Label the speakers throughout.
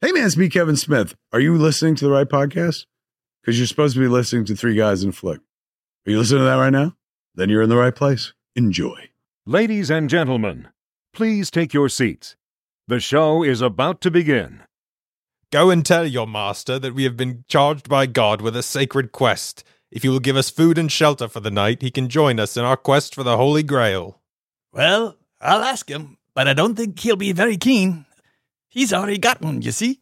Speaker 1: Hey, man, it's me, Kevin Smith. Are you listening to the right podcast? Because you're supposed to be listening to Three Guys in a Flick. Are you listening to that right now? Then you're in the right place. Enjoy.
Speaker 2: Ladies and gentlemen, please take your seats. The show is about to begin.
Speaker 3: Go and tell your master that we have been charged by God with a sacred quest. If he will give us food and shelter for the night, he can join us in our quest for the Holy Grail.
Speaker 4: Well, I'll ask him, but I don't think he'll be very keen. He's already got one, you see.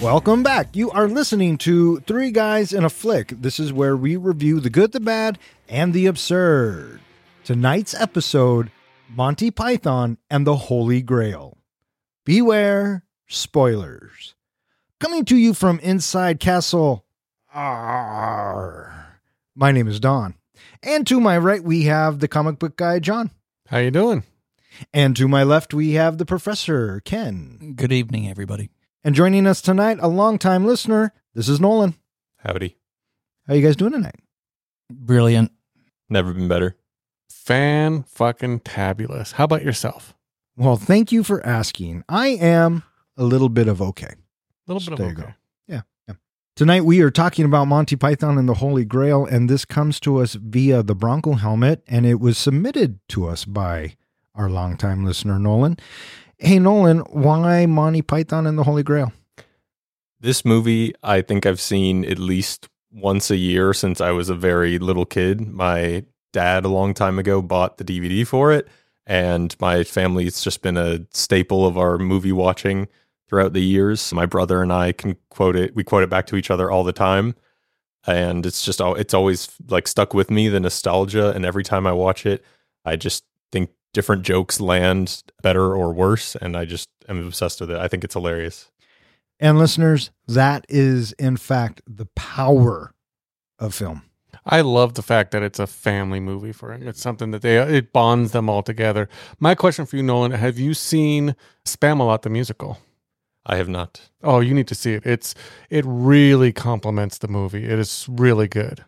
Speaker 5: Welcome back. You are listening to Three Guys in a Flick. This is where we review the good, the bad, and the absurd. Tonight's episode Monty Python and the Holy Grail. Beware spoilers. Coming to you from inside Castle R. My name is Don. And to my right, we have the comic book guy, John.
Speaker 3: How you doing?
Speaker 5: And to my left, we have the professor, Ken.
Speaker 4: Good evening, everybody.
Speaker 5: And joining us tonight, a longtime listener, this is Nolan.
Speaker 3: Howdy.
Speaker 5: How you guys doing tonight?
Speaker 4: Brilliant.
Speaker 3: Never been better.
Speaker 6: Fan fucking tabulous. How about yourself?
Speaker 5: Well, thank you for asking. I am a little bit of okay.
Speaker 6: A little bit
Speaker 5: There you
Speaker 6: of
Speaker 5: go.
Speaker 6: okay.
Speaker 5: Tonight we are talking about Monty Python and the Holy Grail, and this comes to us via the Bronco helmet, and it was submitted to us by our longtime listener, Nolan. Hey, Nolan, why Monty Python and the Holy Grail?
Speaker 3: This movie, I think I've seen at least once a year since I was a very little kid. My dad, a long time ago, bought the DVD for it, and my family, it's just been a staple of our movie watching throughout the years. My brother and I can quote it, we quote it back to each other all the time. And it's just, al- it's always like stuck with me, the nostalgia. And every time I watch it, I just think different jokes land better or worse. And I just am obsessed with it. I think it's hilarious.
Speaker 5: And listeners, that is in fact the power of film.
Speaker 6: I love the fact that it's a family movie for him. It's something that they it bonds them all together. My question for you, Nolan, have you seen Spamalot the musical?
Speaker 3: I have not.
Speaker 6: Oh, you need to see it. It's it really complements the movie. It is really good.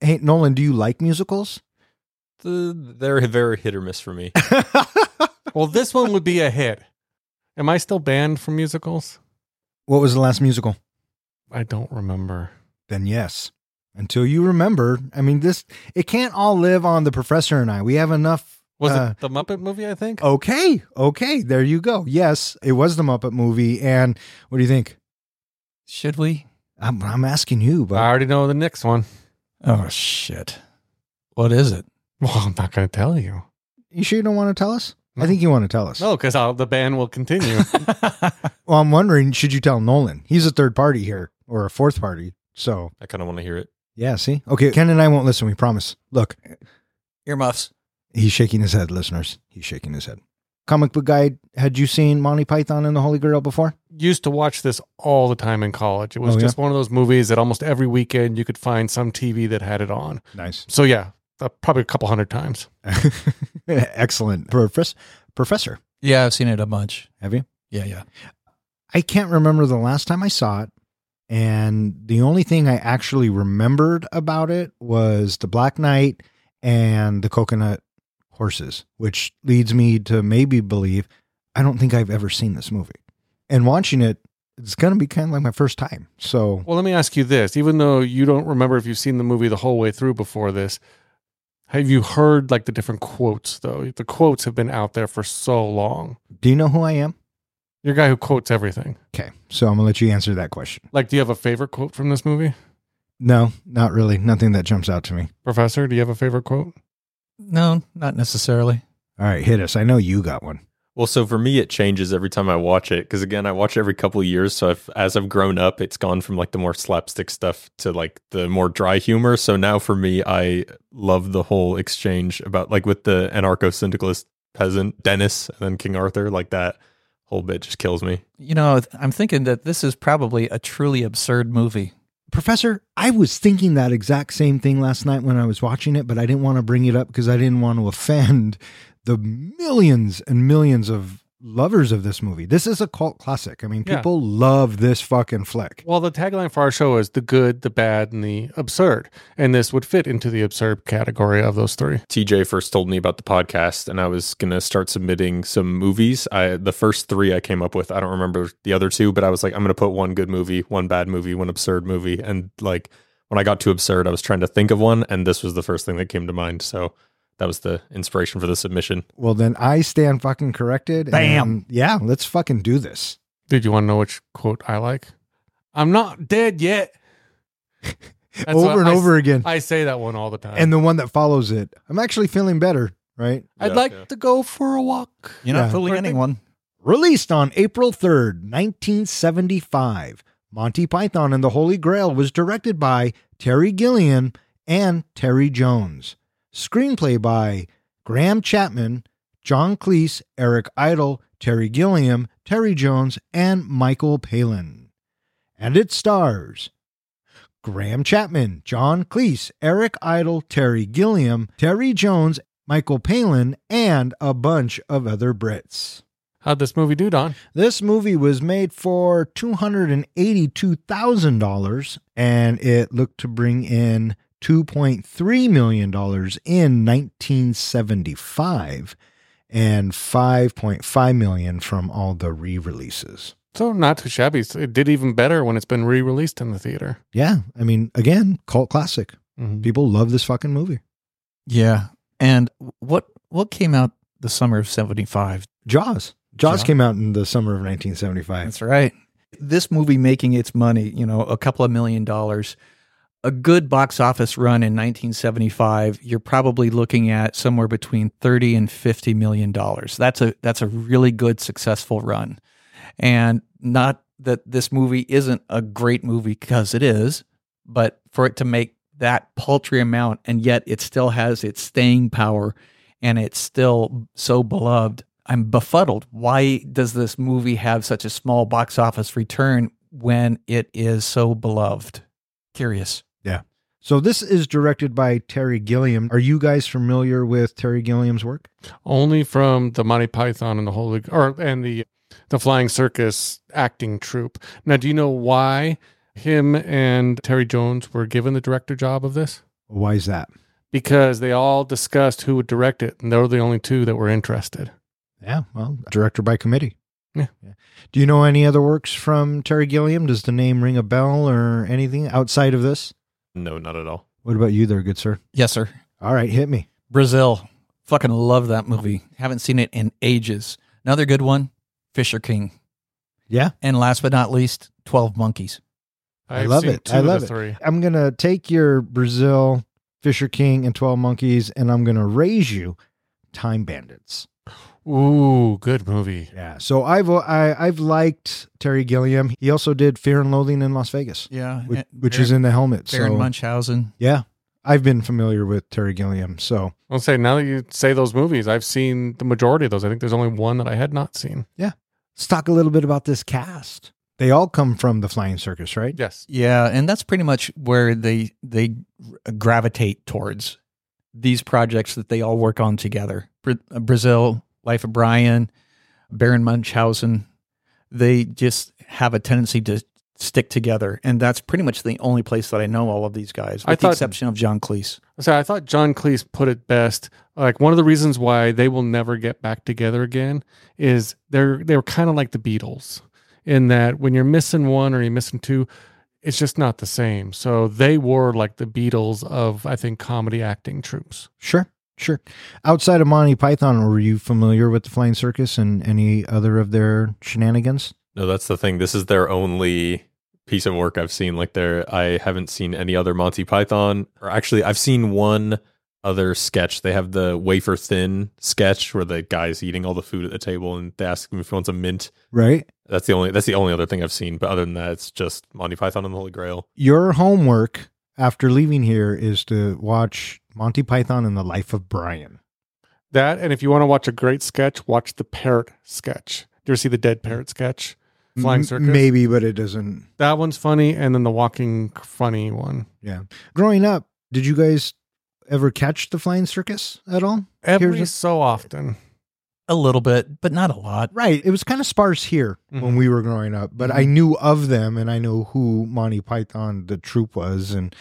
Speaker 5: Hey, Nolan, do you like musicals?
Speaker 3: the, they're very hit or miss for me.
Speaker 6: Well, this one would be a hit. Am I still banned from musicals?
Speaker 5: What was the last musical?
Speaker 6: I don't remember.
Speaker 5: then yes. Until you remember, I mean, this it can't all live on the professor and I. We have enough.
Speaker 6: Was
Speaker 5: uh, oh,
Speaker 6: it the Muppet movie, I think?
Speaker 5: Okay, okay, there you go. Yes, it was the Muppet movie. And what do you think?
Speaker 4: Should we?
Speaker 5: I'm, I'm asking you, but
Speaker 6: I already know the next one.
Speaker 4: Oh, shit. What is it?
Speaker 6: Well, I'm not going to tell you.
Speaker 5: you sure you don't want to tell us? I
Speaker 6: No.
Speaker 5: think you want to tell us.
Speaker 6: No, because the ban will continue.
Speaker 5: Well, I'm wondering, should you tell Nolan? He's a third party here or a fourth party. So
Speaker 3: I kind of want to hear it.
Speaker 5: yeah, see, okay, Ken and I won't listen. We promise. Look,
Speaker 4: Earmuffs.
Speaker 5: he's shaking his head, listeners. He's shaking his head. Comic book guide. Had you seen Monty Python and the Holy Grail before?
Speaker 6: Used to watch this all the time in college. It was
Speaker 5: Oh, yeah?
Speaker 6: just one of those movies that almost every weekend you could find some TV that had it on.
Speaker 5: Nice.
Speaker 6: So yeah, uh, probably a couple hundred times.
Speaker 5: Excellent. Profess- professor,
Speaker 4: Yeah, I've seen it a bunch.
Speaker 5: have you?
Speaker 4: Yeah, yeah.
Speaker 5: I can't remember the last time I saw it. And the only thing I actually remembered about it was the Black Knight and the coconut horses, which leads me to maybe believe I don't think I've ever seen this movie. And watching it, it's going to be kind of like my first time. So,
Speaker 6: Well, let me ask you this: even though you don't remember if you've seen the movie the whole way through before this, have you heard like the different quotes though? The quotes have been out there for so long.
Speaker 5: do you know who I am?
Speaker 6: Your guy who quotes everything.
Speaker 5: Okay. So, I'm going to let you answer that question.
Speaker 6: Like, do you have a favorite quote from this movie,
Speaker 5: No, not really. Nothing that jumps out to me.
Speaker 6: Professor? Do you have a favorite quote?
Speaker 4: No, not necessarily.
Speaker 5: All right. Hit us. I know you got one.
Speaker 3: Well, so for me, it changes every time I watch it because again, I watch it every couple of years. So I've, as I've grown up, it's gone from like the more slapstick stuff to like the more dry humor. So now for me, I love the whole exchange about like with the anarcho syndicalist peasant Dennis and then King Arthur, like that whole bit just kills me.
Speaker 7: You know, th- I'm thinking that this is probably a truly absurd movie.
Speaker 5: Professor, I was thinking that exact same thing last night when I was watching it, but I didn't want to bring it up because I didn't want to offend the millions and millions of lovers of this movie. This is a cult classic. I mean,
Speaker 6: Yeah.
Speaker 5: people love this fucking flick.
Speaker 6: Well, the tagline for our show is the good, the bad, and the absurd. And this would fit into the absurd category of those three.
Speaker 3: TJ first told me about the podcast, and I was gonna start submitting some movies. I the first three I came up with. I don't remember the other two, but I was like, I'm gonna put one good movie, one bad movie, one absurd movie, and like when I got to absurd, I was trying to think of one, and this was the first thing that came to mind. So that was the inspiration for the submission.
Speaker 5: Well, then I stand fucking corrected.
Speaker 4: Bam.
Speaker 5: and yeah, let's fucking do this.
Speaker 6: Dude, you want to know which quote I like? I'm not dead yet. That's what
Speaker 5: over and
Speaker 6: I s-
Speaker 5: over again.
Speaker 6: I say that one all the time.
Speaker 5: and the one that follows it. I'm actually feeling better, right?
Speaker 6: I'd
Speaker 3: Yeah,
Speaker 6: like
Speaker 3: yeah.
Speaker 6: to go for a walk.
Speaker 4: You're not
Speaker 5: Yeah.
Speaker 4: fooling
Speaker 6: Perfect.
Speaker 4: anyone.
Speaker 5: Released on April 3rd, 1975, Monty Python and the Holy Grail was directed by Terry Gillian and Terry Jones. Screenplay by Graham Chapman, John Cleese, Eric Idle, Terry Gilliam, Terry Jones, and Michael Palin. And it stars Graham Chapman, John Cleese, Eric Idle, Terry Gilliam, Terry Jones, Michael Palin, and a bunch of other Brits.
Speaker 6: How'd this movie do, Don?
Speaker 5: This movie was made for $282,000 and it looked to bring in $2.3 million in 1975 and 5.5 million from all the re-releases.
Speaker 6: So not too shabby. It did even better when it's been re-released in the theater.
Speaker 5: Yeah, I mean again, cult classic. People love this fucking movie.
Speaker 4: Yeah. And what what came out the summer of 75?
Speaker 5: Jaws. Jaws
Speaker 4: Jaws.
Speaker 5: came out in the summer of 1975.
Speaker 4: That's right. This movie making its money, you know, a couple of million dollars, a good box office run in 1975, you're probably looking at somewhere between 30 and 50 million dollars. That's a that's a really good successful run. And not that this movie isn't a great movie because it is, but for it to make that paltry amount and yet it still has its staying power and it's still so beloved. I'm befuddled. Why does this movie have such a small box office return when it is so beloved? Curious.
Speaker 5: So this is directed by Terry Gilliam. Are you guys familiar with Terry Gilliam's work?
Speaker 6: Only from the Monty Python and the Holy or and the the Flying Circus acting troupe. Now, do you know why him and Terry Jones were given the director job of this?
Speaker 5: Why is that?
Speaker 6: Because they all discussed who would direct it, and they were the only two that were interested.
Speaker 5: Yeah, well, director by committee.
Speaker 6: Yeah.
Speaker 5: Do you know any other works from Terry Gilliam? Does the name ring a bell or anything outside of this?
Speaker 3: No, not at all.
Speaker 5: What about you there, good sir?
Speaker 4: Yes, sir.
Speaker 5: All right, hit me.
Speaker 4: Brazil. Fucking love that movie. Haven't seen it in ages. Another good one, Fisher King.
Speaker 5: Yeah.
Speaker 4: And last but not least, 12 Monkeys.
Speaker 5: I love it. I love
Speaker 6: the
Speaker 5: it.
Speaker 6: Three.
Speaker 5: I'm going to take your Brazil, Fisher King, and 12 Monkeys, and I'm going to raise you Time Bandits.
Speaker 6: Ooh, good movie.
Speaker 5: Yeah. So I've I, I've liked Terry Gilliam. He also did Fear and Loathing in Las Vegas,
Speaker 4: Yeah.
Speaker 5: which, which is in the helmet.
Speaker 4: Baron
Speaker 5: so
Speaker 4: Munchausen.
Speaker 5: yeah, I've been familiar with Terry Gilliam. So
Speaker 6: I'll say now that you say those movies, I've seen the majority of those. I think there's only one that I had not seen.
Speaker 5: Let's talk a little bit about this cast. They all come from the Flying Circus, right?
Speaker 6: Yes.
Speaker 4: Yeah, and that's pretty much where they they gravitate towards these projects that they all work on together. Bra- Brazil, Life of Brian, Baron Munchausen, they just have a tendency to stick together, and that's pretty much the only place that I know all of these guys, with
Speaker 6: I
Speaker 4: the
Speaker 6: thought-
Speaker 4: exception of John Cleese.
Speaker 6: So I thought John Cleese put it best. Like one of the reasons why they will never get back together again is they're they were kind of like the Beatles in that when you're missing one or you're missing two, it's just not the same. So they were like the Beatles of I think comedy acting troops.
Speaker 5: Sure, sure. Outside of Monty Python, were you familiar with the Flying Circus and any other of their shenanigans?
Speaker 3: No, that's the thing. This is their only piece of work I've seen. Like there I haven't seen any other Monty Python or actually I've seen one other sketch. They have the wafer thin sketch where the guy's eating all the food at the table and they ask him if he wants a mint.
Speaker 5: Right.
Speaker 3: That's the only that's the only other thing I've seen. But other than that, it's just Monty Python and the Holy Grail.
Speaker 5: Your homework after leaving here is to watch Monty Python and the Life of Brian.
Speaker 6: That and if you want to watch a great sketch, watch the parrot sketch. Do you ever see the dead parrot sketch? Flying
Speaker 5: M-
Speaker 6: Circus.
Speaker 5: maybe, but it doesn't.
Speaker 6: That one's funny, and then the walking funny one.
Speaker 5: Growing up, did you guys ever catch the Flying Circus at all?
Speaker 6: Every
Speaker 5: Here's a-
Speaker 6: so often.
Speaker 7: a little bit, but not a lot.
Speaker 5: Right. It was kind of sparse here when
Speaker 6: Mhm.
Speaker 5: we were growing up, but I knew of them and I know who Monty Python the troupe was and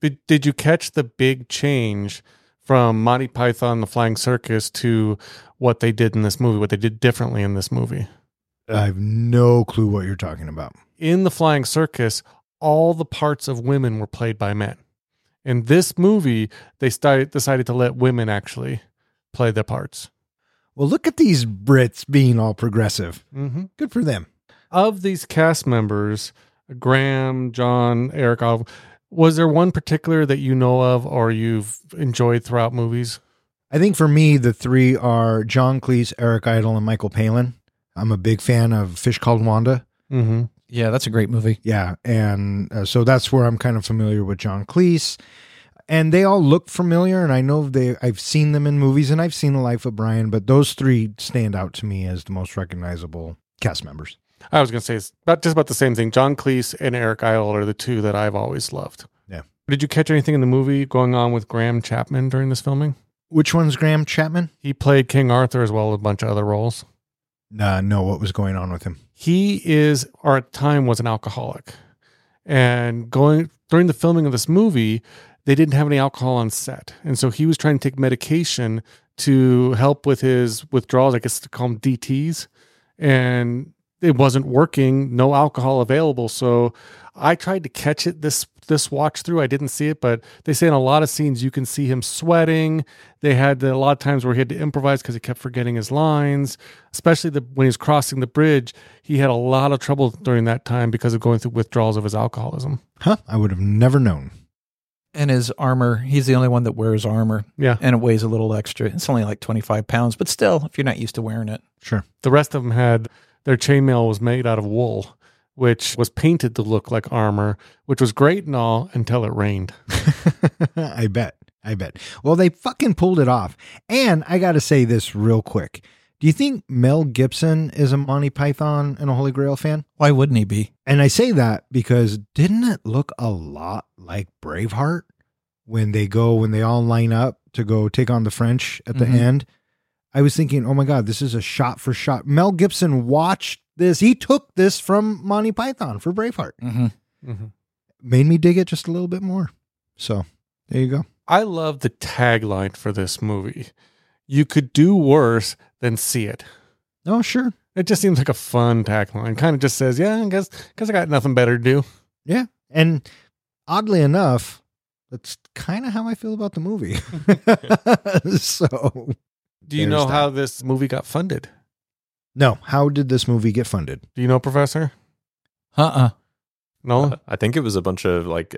Speaker 6: But did you catch the big change from Monty Python the Flying Circus to what they did in this movie? What they did differently in this movie?
Speaker 5: I have no clue what you're talking about.
Speaker 6: In the Flying Circus, all the parts of women were played by men. In this movie, they started, decided to let women actually play their parts.
Speaker 5: Well, look at these Brits being all progressive.
Speaker 6: Mm-hmm.
Speaker 5: Good for them.
Speaker 6: of these cast members, Graham, John, Eric, Oliver, was there one particular that you know of or you've enjoyed throughout movies?
Speaker 5: I think for me, the three are John Cleese, Eric Idle, and Michael Palin. I'm a big fan of Fish Called Wanda.
Speaker 6: Mm-hmm.
Speaker 7: Yeah, that's a great movie.
Speaker 5: Yeah. And uh, so that's where I'm kind of familiar with John Cleese. And they all look familiar, and I know they. I've seen them in movies, and I've seen The Life of Brian, but those three stand out to me as the most recognizable cast members.
Speaker 6: I was going to say it's about just about the same thing. John Cleese and Eric Idle are the two that I've always loved.
Speaker 5: Yeah.
Speaker 6: Did you catch anything in the movie going on with Graham Chapman during this filming?
Speaker 5: Which one's Graham Chapman?
Speaker 6: He played King Arthur as well as a bunch of other roles.
Speaker 5: Uh, no, what was going on with him?
Speaker 6: he is or at the time was an alcoholic and going during the filming of this movie they didn't have any alcohol on set and so he was trying to take medication to help with his withdrawals i guess to call them dts and it wasn't working no alcohol available so i tried to catch it this this watch through i didn't see it but they say in a lot of scenes you can see him sweating they had the, a lot of times where he had to improvise because he kept forgetting his lines especially the, when he was crossing the bridge he had a lot of trouble during that time because of going through withdrawals of his alcoholism
Speaker 5: Huh? I would have never known.
Speaker 7: And his armor, he's the only one that wears armor
Speaker 6: yeah
Speaker 7: and it weighs a little extra. It's only like 25 pounds, but still, if you're not used to wearing it,
Speaker 5: Sure.
Speaker 6: the rest of them had their chainmail was made out of wool which was painted to look like armor which was great and all until it rained
Speaker 5: I bet. I bet. Well, they fucking pulled it off. And I got to say this real quick. Do you think Mel Gibson is a Monty Python and a Holy Grail fan?
Speaker 7: why wouldn't he be?
Speaker 5: And I say that because didn't it look a lot like Braveheart when they go, when they all line up to go take on the French at the
Speaker 7: Mhm.
Speaker 5: end? I was thinking, oh my God, this is a shot for shot. Mel Gibson watched this. He took this from Monty Python for Braveheart.
Speaker 7: Mm-hmm.
Speaker 5: Made me dig it just a little bit more. So there you go.
Speaker 6: i love the tagline for this movie you could do worse than see it
Speaker 5: Oh, sure.
Speaker 6: it just seems like a fun tagline kind of just says yeah i guess because i got nothing better to do
Speaker 5: And oddly enough, that's kind of how I feel about the movie. so,
Speaker 6: do you
Speaker 5: There's
Speaker 6: know
Speaker 5: that.
Speaker 6: how this movie got funded
Speaker 5: no, how did this movie get funded?
Speaker 6: do you know professor
Speaker 7: Uh-uh.
Speaker 6: no
Speaker 3: Uh, I think it was a bunch of like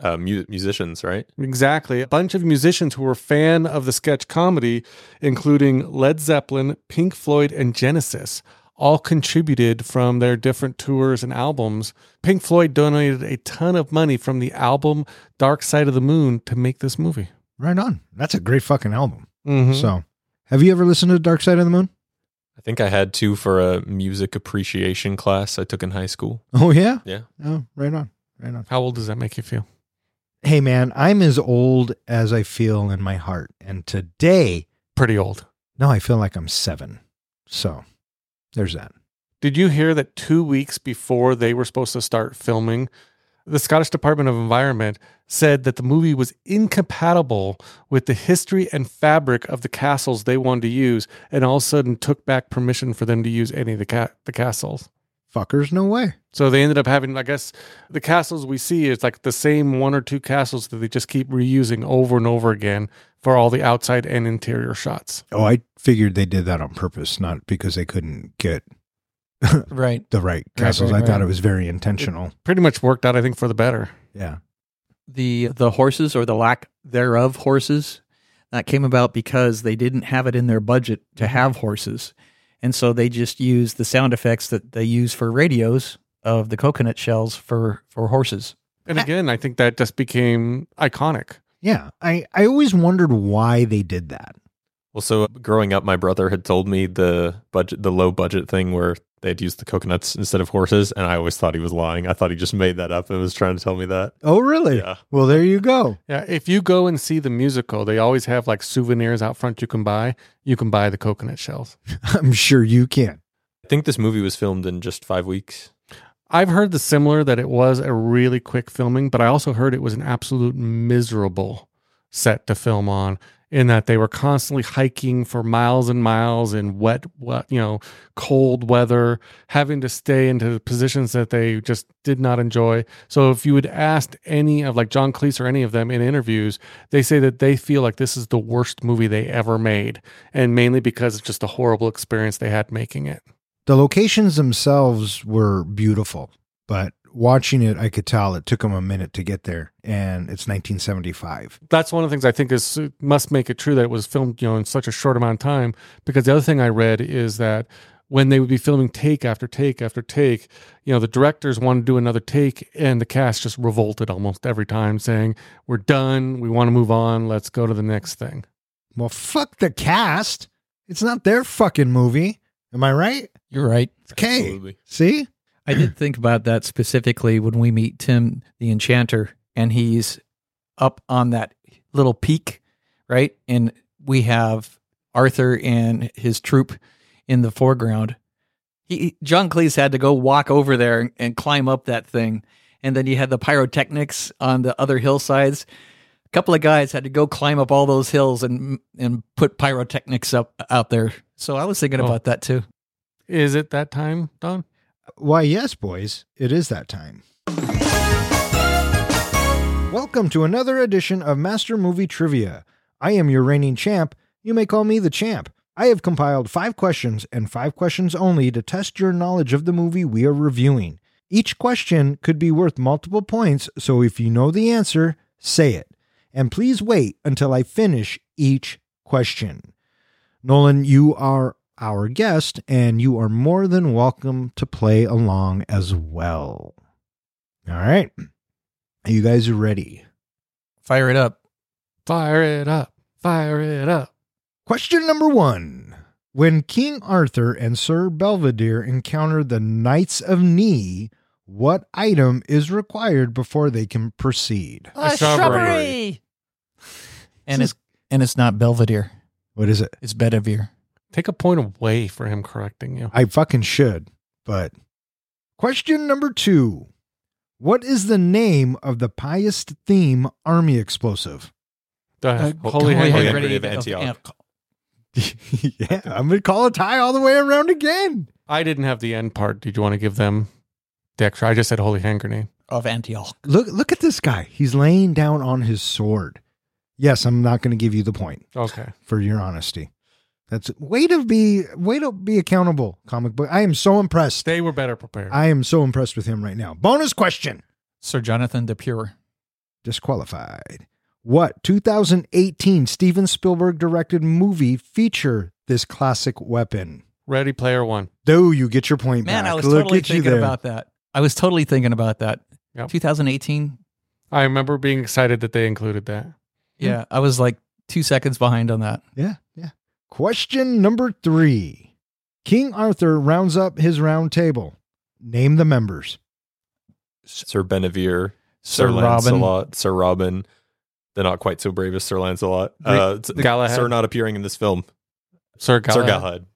Speaker 3: uh, mu- musicians, right?
Speaker 6: Exactly. A bunch of musicians who were fan of the sketch comedy, including Led Zeppelin, Pink Floyd, and Genesis, all contributed from their different tours and albums. Pink Floyd donated a ton of money from the album Dark Side of the Moon to make this movie.
Speaker 5: Right on. That's a great fucking album.
Speaker 6: Mhm.
Speaker 5: So, have you ever listened to Dark Side of the Moon?
Speaker 3: I think I had two for a music appreciation class I took in high school.
Speaker 5: Oh, yeah.
Speaker 3: Yeah.
Speaker 5: Oh, right on. Right on.
Speaker 6: How old does that make you feel?
Speaker 5: Hey, man, I'm as old as I feel in my heart. And today,
Speaker 6: Pretty old.
Speaker 5: no, I feel like I'm seven. So, there's that.
Speaker 6: Did you hear that two weeks before they were supposed to start filming, the Scottish Department of Environment said that the movie was incompatible with the history and fabric of the castles they wanted to use, and all of a sudden took back permission for them to use any of the ca- the castles.
Speaker 5: Fuckers, no way.
Speaker 6: So they ended up having, I guess, the castles we see is like the same one or two castles that they just keep reusing over and over again for all the outside and interior shots.
Speaker 5: Oh, I figured they did that on purpose, not because they couldn't get
Speaker 7: Right.
Speaker 5: the right castles.
Speaker 7: right,
Speaker 5: I thought
Speaker 7: right.
Speaker 5: it was very intentional.
Speaker 6: Pretty much worked out, I think, for the better.
Speaker 5: Yeah.
Speaker 7: The the horses or the lack thereof horses that came about because they didn't have it in their budget to have horses. And so they just used the sound effects that they use for radios of the coconut shells for for horses.
Speaker 6: And again, I think that just became iconic.
Speaker 5: Yeah. I, I always wondered why they did that.
Speaker 3: Well, so growing up, my brother had told me the budget, the low budget thing where they had used the coconuts instead of horses, and I always thought he was lying. I thought he just made that up and was trying to tell me that.
Speaker 5: Oh, really?
Speaker 3: Yeah.
Speaker 5: Well, there you go.
Speaker 6: Yeah, if you go and see the musical, they always have like souvenirs out front you can buy. You can buy the coconut shells.
Speaker 5: I'm sure you can.
Speaker 3: I think this movie was filmed in just five weeks.
Speaker 6: I've heard the similar that it was a really quick filming, but I also heard it was an absolute miserable set to film on in that they were constantly hiking for miles and miles in wet, wet you know, cold weather, having to stay into positions that they just did not enjoy. So if you had asked any of like John Cleese or any of them in interviews, they say that they feel like this is the worst movie they ever made, and mainly because it's just a horrible experience they had making it.
Speaker 5: The locations themselves were beautiful, but watching it, I could tell it took them a minute to get there, and it's 1975.
Speaker 6: that's one of the things I think is must make it true that it was filmed, you know, in such a short amount of time. Because the other thing I read is that when they would be filming take after take after take, you know, the directors wanted to do another take, and the cast just revolted almost every time, saying, "We're done. We want to move on. Let's go to the next thing."
Speaker 5: Well, fuck the cast. It's not their fucking movie. Am I right?
Speaker 4: You're right.
Speaker 5: Okay.
Speaker 3: Absolutely.
Speaker 5: See?
Speaker 7: I did think about that specifically when we meet Tim the Enchanter and he's up on that little peak, right? And we have Arthur and his troop in the foreground. He John Cleese had to go walk over there and, and climb up that thing. And then you had the pyrotechnics on the other hillsides. A couple of guys had to go climb up all those hills and and put pyrotechnics up out there. So I was thinking
Speaker 6: Oh.
Speaker 7: about that too.
Speaker 6: Is it that time, Don?
Speaker 5: Why, yes, boys, it is that time. Welcome to another edition of Master Movie Trivia. I am your reigning champ. You may call me the champ. I have compiled five questions and five questions only to test your knowledge of the movie we are reviewing. Each question could be worth multiple points, so if you know the answer, say it. And please wait until I finish each question. Nolan, you are our guest, and you are more than welcome to play along as well. All right. Are you guys ready?
Speaker 4: Fire it up.
Speaker 6: Fire it up! Fire it up!
Speaker 5: Question number one. When King Arthur and Sir Belvedere encounter the Knights of Knee, what item is required before they can proceed?
Speaker 6: A strawberry.
Speaker 4: And it's and it's not Belvedere.
Speaker 5: What is it?
Speaker 4: It's Bedivere.
Speaker 6: Take a point away for him correcting you.
Speaker 5: I fucking should, but. Question number two. What is the name of the pious theme army explosive?
Speaker 6: The uh,
Speaker 3: Uh, holy
Speaker 6: holy hand-
Speaker 3: hand- of Antioch.
Speaker 5: yeah, I'm gonna call a tie all the way around again.
Speaker 6: I didn't have the end part. Did you want to give them the extra? I just said holy hand grenade.
Speaker 4: Of Antioch.
Speaker 5: Look, look at this guy. He's laying down on his sword. Yes, I'm not gonna give you the point
Speaker 6: Okay.
Speaker 5: for your honesty. That's way to be way to be accountable, comic book. I am so impressed.
Speaker 6: They were better prepared.
Speaker 5: I am so impressed with him right now. Bonus question.
Speaker 4: Sir Jonathan de Pure.
Speaker 5: Disqualified. What 2018 Steven Spielberg directed movie feature this classic weapon?
Speaker 6: Ready Player One.
Speaker 5: Though you get your point
Speaker 4: Man,
Speaker 5: back.
Speaker 4: I was
Speaker 5: Look
Speaker 4: totally
Speaker 5: at you
Speaker 4: thinking
Speaker 5: there.
Speaker 4: about that. I was totally thinking about that.
Speaker 6: Yep.
Speaker 4: 2018.
Speaker 6: I remember being excited that they included that.
Speaker 4: Yeah, I was like two seconds behind on that.
Speaker 5: Yeah, yeah. Question number three King Arthur rounds up his round table. Name the members.
Speaker 3: Sir Benevere, Sir, Lancelot, Sir Robin. They're not quite so brave as Sir Lancelot. Uh, it's-
Speaker 6: Galahad.
Speaker 3: Sir not appearing in this film.
Speaker 6: Sir Galahad.
Speaker 3: Sir Galahad.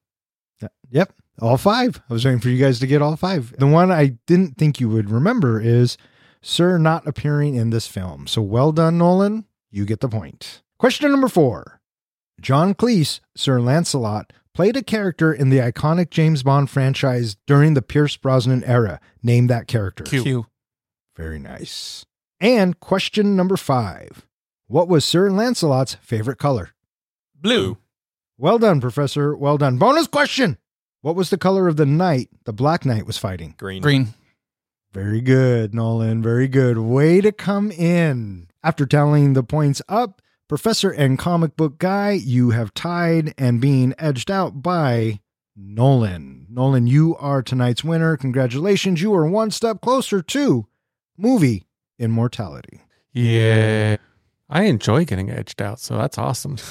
Speaker 5: Yep, all five. I was waiting for you guys to get all five. The one I didn't think you would remember is Sir not appearing in this film. So well done, Nolan. You get the point. Question number four John Cleese, Sir Lancelot, played a character in the iconic James Bond franchise during the Pierce Brosnan era. Name that character.
Speaker 6: Q.
Speaker 4: Q.
Speaker 5: Very nice. And question number five What was Sir Lancelot's favorite color?
Speaker 3: Blue.
Speaker 5: Well done, Professor. Well done. Bonus question What was the color of the knight the Black Knight was fighting?
Speaker 3: Green.
Speaker 4: Green.
Speaker 5: Very good, Nolan. Very good. Way to come in. After tallying the points up, Professor and comic book guy, you have tied and being edged out by Nolan. Nolan, you are tonight's winner. Congratulations. You are one step closer to movie immortality.
Speaker 6: Yeah. I enjoy getting edged out, so that's awesome.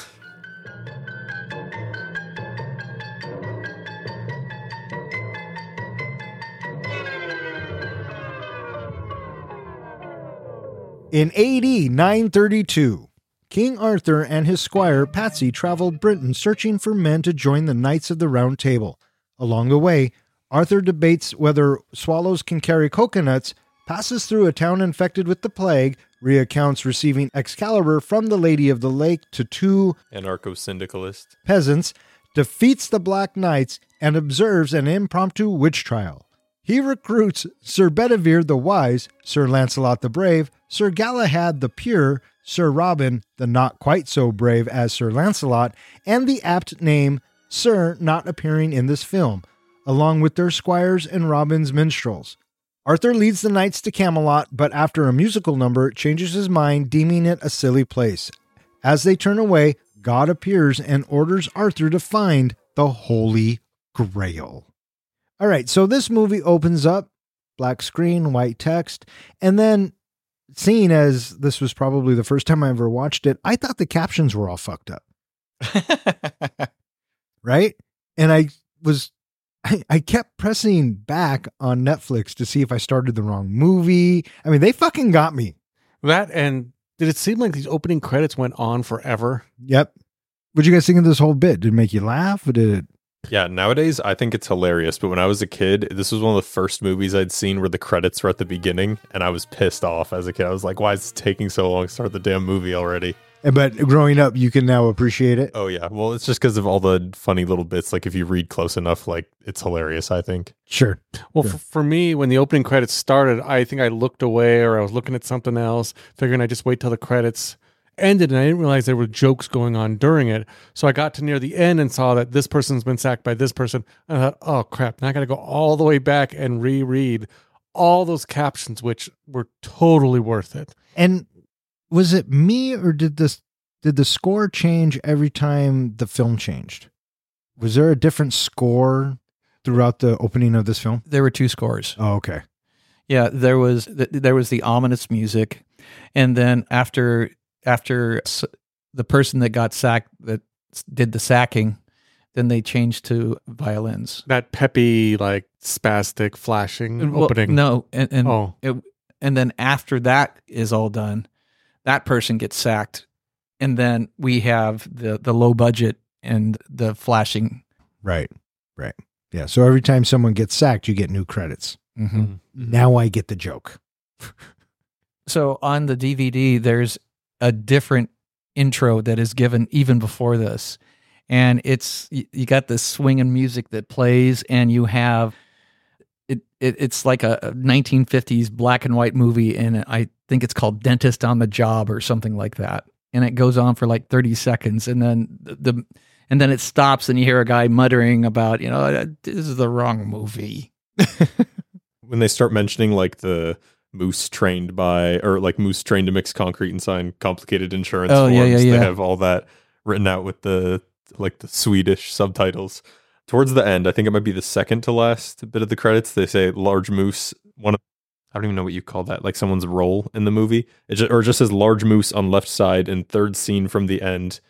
Speaker 5: In AD 932, King Arthur and his squire Patsy traveled Britain searching for men to join the Knights of the Round Table. Along the way, Arthur debates whether swallows can carry coconuts, passes through a town infected with the plague, recounts receiving Excalibur from the Lady of the Lake to two
Speaker 3: Anarcho syndicalist.
Speaker 5: peasants, defeats the Black Knights, and observes an impromptu witch trial. He recruits Sir Bedivere the Wise, Sir Lancelot the Brave, Sir Galahad the Pure, Sir Robin the Not Quite So Brave as Sir Lancelot, and the apt name Sir not appearing in this film, along with their squires and Robin's minstrels. Arthur leads the knights to Camelot, but after a musical number, changes his mind, deeming it a silly place. As they turn away, God appears and orders Arthur to find the Holy Grail. All right, so this movie opens up black screen, white text, and then seeing as this was probably the first time I ever watched it, I thought the captions were all fucked up, right? And I was I, I kept pressing back on Netflix to see if I started the wrong movie. I mean, they fucking got me.
Speaker 6: That and did it seem like these opening credits went on forever?
Speaker 5: Yep. What you guys think of this whole bit? Did it make you laugh? Or did it
Speaker 3: Yeah, nowadays I think it's hilarious, but when I was a kid, this was one of the first movies I'd seen where the credits were at the beginning, and I was pissed off as a kid. I was like, why is it taking so long to start the damn movie already?
Speaker 5: But growing up, you can now appreciate it.
Speaker 3: Oh, yeah. Well, it's just because of all the funny little bits. Like, if you read close enough, like, it's hilarious, I think.
Speaker 5: Sure.
Speaker 6: Well,
Speaker 5: Yeah.
Speaker 6: for, for me, when the opening credits started, I think I looked away or I was looking at something else, figuring I just wait till the credits ended, and I didn't realize there were jokes going on during it. So I got to near the end and saw that this person's been sacked by this person. And I thought, oh crap! Now I got to go all the way back and reread all those captions, which were totally worth it.
Speaker 5: And was it me or did this did the score change every time the film changed? Was there a different score throughout the opening of this film?
Speaker 4: There were two scores.
Speaker 5: Oh, okay.
Speaker 4: Yeah, there was th- there was the ominous music, and then after after s- the person that got sacked that s- did the sacking, then they changed to violins.
Speaker 6: That peppy, like spastic, flashing
Speaker 4: Well,
Speaker 6: opening.
Speaker 4: no, and and,
Speaker 6: Oh,
Speaker 4: and then after that is all done, that person gets sacked, and then we have the the low budget and the flashing.
Speaker 5: Right. Right. Yeah. So every time someone gets sacked, you get new credits.
Speaker 4: Mm-hmm.
Speaker 5: Now I get the joke.
Speaker 4: So on the DVD, there's a different intro that is given even before this. And it's you you got this swinging music that plays, and you have it. it it's like a a 1950s black and white movie, and I think it's called Dentist on the Job or something like that. And it goes on for like 30 seconds, and then the, the and then it stops, and you hear a guy muttering about, you know, this is the wrong movie.
Speaker 3: When they start mentioning, like, the moose trained by, or like moose trained to mix concrete and sign complicated insurance
Speaker 4: Oh,
Speaker 3: forms,
Speaker 4: yeah, yeah, yeah.
Speaker 3: they have all that written out with the, like, the Swedish subtitles. Towards the end, I think it might be the second to last bit of the credits. They say large moose, one of I don't even know what you call that, like someone's role in the movie, it just, or it just says large moose on left side and third scene from the end.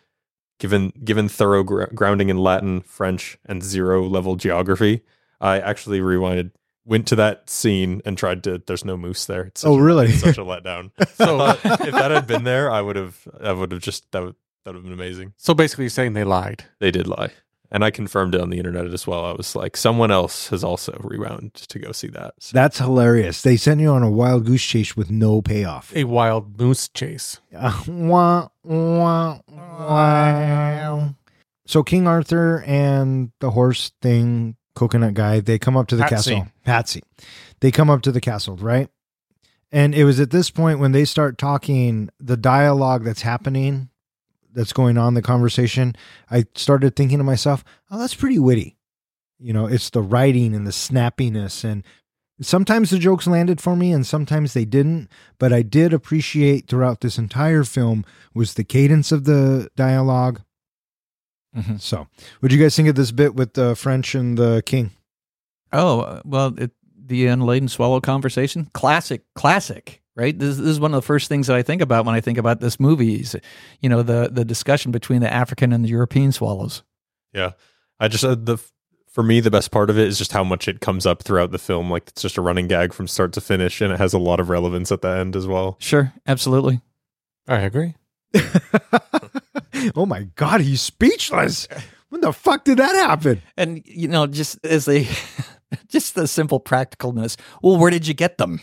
Speaker 3: Given given thorough gr- grounding in Latin, French, and zero level geography, I actually rewinded, went to that scene and tried to. There's no moose there. It's such
Speaker 5: Oh,
Speaker 3: a-
Speaker 5: really?
Speaker 3: it's such a letdown.
Speaker 6: So-
Speaker 3: I thought if that had been there, I would have. I would have just that would that would have been amazing.
Speaker 6: so basically, you're saying they lied.
Speaker 3: They did lie, and I confirmed it on the internet as well. I was like, someone else has also rewound to go see that. So
Speaker 5: That's hilarious. They sent you on a wild goose chase with no payoff.
Speaker 6: A wild moose chase.
Speaker 5: Uh, wah, wah, wah. So King Arthur and the horse thing, coconut guy, they come up to the
Speaker 6: Patsy.
Speaker 5: castle. Patsy. They come up to the castle, right? And it was at this point when they start talking, the dialogue that's happening, that's going on, the conversation, I started thinking to myself, oh, that's pretty witty. You know, it's the writing and the snappiness. And sometimes the jokes landed for me and sometimes they didn't but I did appreciate throughout this entire film was the cadence of the dialog
Speaker 4: Mhm.
Speaker 5: So, what do you guys think of this bit with the French and the king?
Speaker 4: Oh uh, well, it, the unladen swallow conversation, classic, classic, right? This, this is one of the first things that I think about when I think about this movie. Is you know the the discussion between the African and the European swallows.
Speaker 3: Yeah, I just uh, the f- for me, the best part of it is just how much it comes up throughout the film. Like it's just a running gag from start to finish, and it has a lot of relevance at the end as well.
Speaker 4: Sure, absolutely.
Speaker 6: I agree.
Speaker 5: oh my god, he's speechless. When the fuck did that happen?
Speaker 4: And you know, just as they, just the simple practicalness. Well, where did you get them?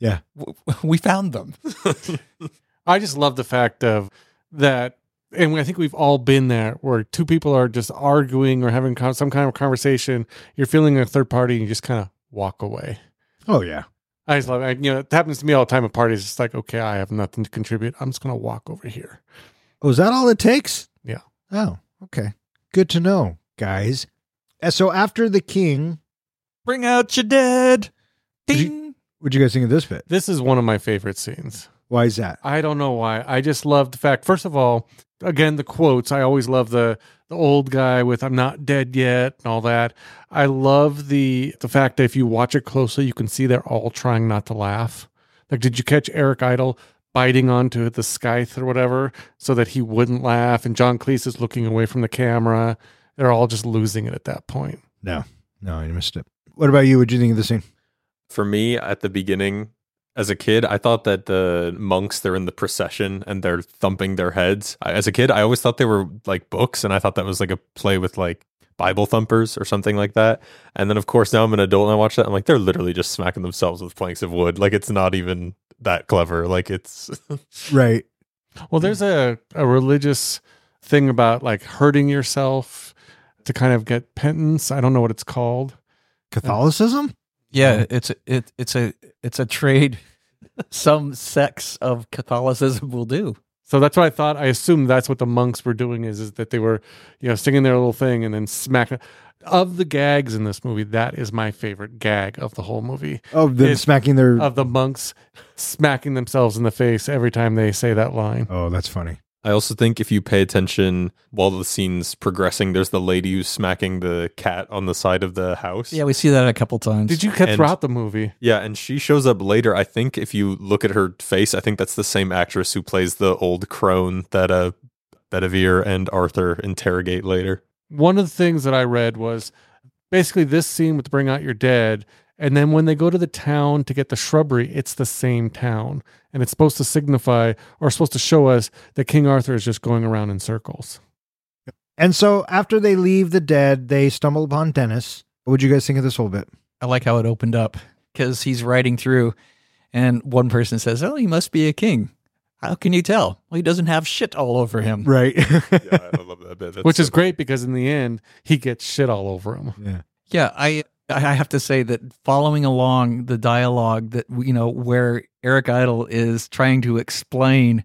Speaker 5: Yeah.
Speaker 4: W- we found them.
Speaker 6: I just love the fact of that, and I think we've all been there where two people are just arguing or having con- some kind of conversation. You're feeling a third party, and you just kind of walk away.
Speaker 5: Oh yeah.
Speaker 6: I just love it. I- you know, it happens to me all the time at parties. It's like, okay, I have nothing to contribute. I'm just going to walk over here.
Speaker 5: Oh, is that all it takes?
Speaker 6: Yeah.
Speaker 5: Oh, okay. Good to know, guys. And so after the king,
Speaker 4: Bring out your dead.
Speaker 5: Did you-
Speaker 4: Ding.
Speaker 5: what'd you guys think of this bit?
Speaker 6: This is one of my favorite scenes.
Speaker 5: Why is that?
Speaker 6: I don't know why. I just love the fact. First of all, again the quotes. I always love the the old guy with "I'm not dead yet" and all that. I love the the fact that if you watch it closely, you can see they're all trying not to laugh. Like, did you catch Eric Idle biting onto the scythe or whatever so that he wouldn't laugh? And John Cleese is looking away from the camera. They're all just losing it at that point.
Speaker 5: No, I missed it. What about you? What'd you think of the scene?
Speaker 3: For me, at the beginning, as a kid, I thought that the monks they're in the procession and they're thumping their heads. I, as a kid, I always thought they were like books, and I thought that was like a play with like Bible thumpers or something like that. And then, of course, now I'm an adult and I watch that. I'm like, they're literally just smacking themselves with planks of wood. Like it's not even that clever. Like it's
Speaker 5: Right.
Speaker 6: Well, there's a, a religious thing about like hurting yourself to kind of get penance. I don't know what it's called.
Speaker 5: Catholicism?
Speaker 4: Yeah, it's a, it, it's a it's a trade. Some sects of Catholicism will do.
Speaker 6: So that's what I thought. I assumed that's what the monks were doing is, is that they were, you know, singing their little thing and then smacking. Of the gags in this movie, that is my favorite gag of the whole movie
Speaker 5: Oh, them
Speaker 6: It's-
Speaker 5: smacking their
Speaker 6: of the monks smacking themselves in the face every time they say that line.
Speaker 5: Oh, that's funny.
Speaker 3: I also think if you pay attention while the scene's progressing, there's the lady who's smacking the cat on the side of the house.
Speaker 4: Yeah, we see that a couple times.
Speaker 6: Did you get
Speaker 3: And-
Speaker 6: throughout the movie?
Speaker 3: Yeah, and she shows up later. I think if you look at her face, I think that's the same actress who plays the old crone that uh Bedivere and Arthur interrogate later.
Speaker 6: one of the things that I read was basically this scene with Bring Out Your Dead. And then when they go to the town to get the shrubbery, it's the same town. And it's supposed to signify or supposed to show us that King Arthur is just going around in circles.
Speaker 5: And so after they leave the dead, they stumble upon Dennis. What would you guys think of this whole bit?
Speaker 4: I like how it opened up because he's riding through, and one person says, "Oh, he must be a king." How can you tell? Well, he doesn't have shit all over him.
Speaker 5: Right.
Speaker 3: Yeah, I love that bit. That's
Speaker 6: Which is
Speaker 3: so-
Speaker 6: great because in the end, he gets shit all over him.
Speaker 5: yeah.
Speaker 4: Yeah, I I have to say that following along the dialogue that you know where Eric Idle is trying to explain,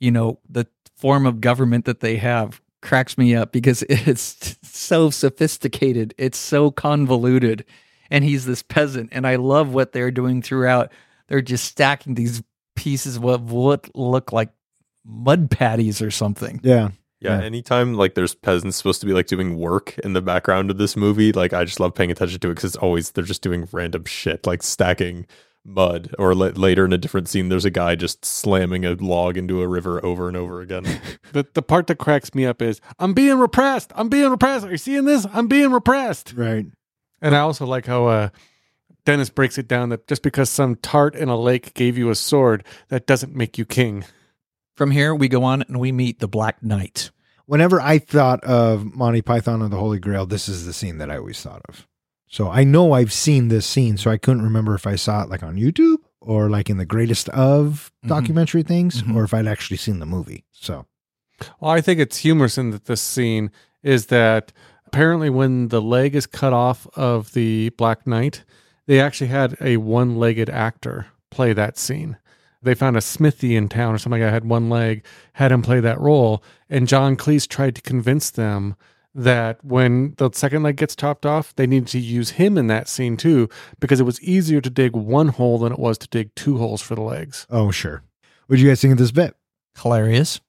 Speaker 4: you know, the form of government that they have cracks me up because it's so sophisticated, it's so convoluted, and he's this peasant, and I love what they're doing throughout. They're just stacking these pieces of what look like mud patties or something.
Speaker 5: Yeah.
Speaker 3: Yeah,
Speaker 5: Yeah.
Speaker 3: anytime like there's peasants supposed to be like doing work in the background of this movie, like I just love paying attention to it because it's always they're just doing random shit like stacking mud or la- later in a different scene there's a guy just slamming a log into a river over and over again
Speaker 6: The, the part that cracks me up is I'm being repressed. I'm being repressed. Are you seeing this? I'm being repressed.
Speaker 5: Right.
Speaker 6: And I also like how uh, Dennis breaks it down that just because some tart in a lake gave you a sword, that doesn't make you king.
Speaker 4: From here, we go on and we meet the Black Knight.
Speaker 5: Whenever I thought of Monty Python and the Holy Grail, this is the scene that I always thought of. So I know I've seen this scene, so I couldn't remember if I saw it like on YouTube or like in the greatest of
Speaker 4: Mhm.
Speaker 5: documentary things
Speaker 4: Mhm.
Speaker 5: or if I'd actually seen the movie. So
Speaker 6: Well, I think it's humorous in that this scene is that apparently when the leg is cut off of the Black Knight, they actually had a one legged actor play that scene. They found a smithy in town or something that had one leg, had him play that role. And John Cleese tried to convince them that when the second leg gets chopped off, they needed to use him in that scene too, because it was easier to dig one hole than it was to dig two holes for the legs.
Speaker 5: oh sure. What'd you guys think of this bit?
Speaker 4: Hilarious.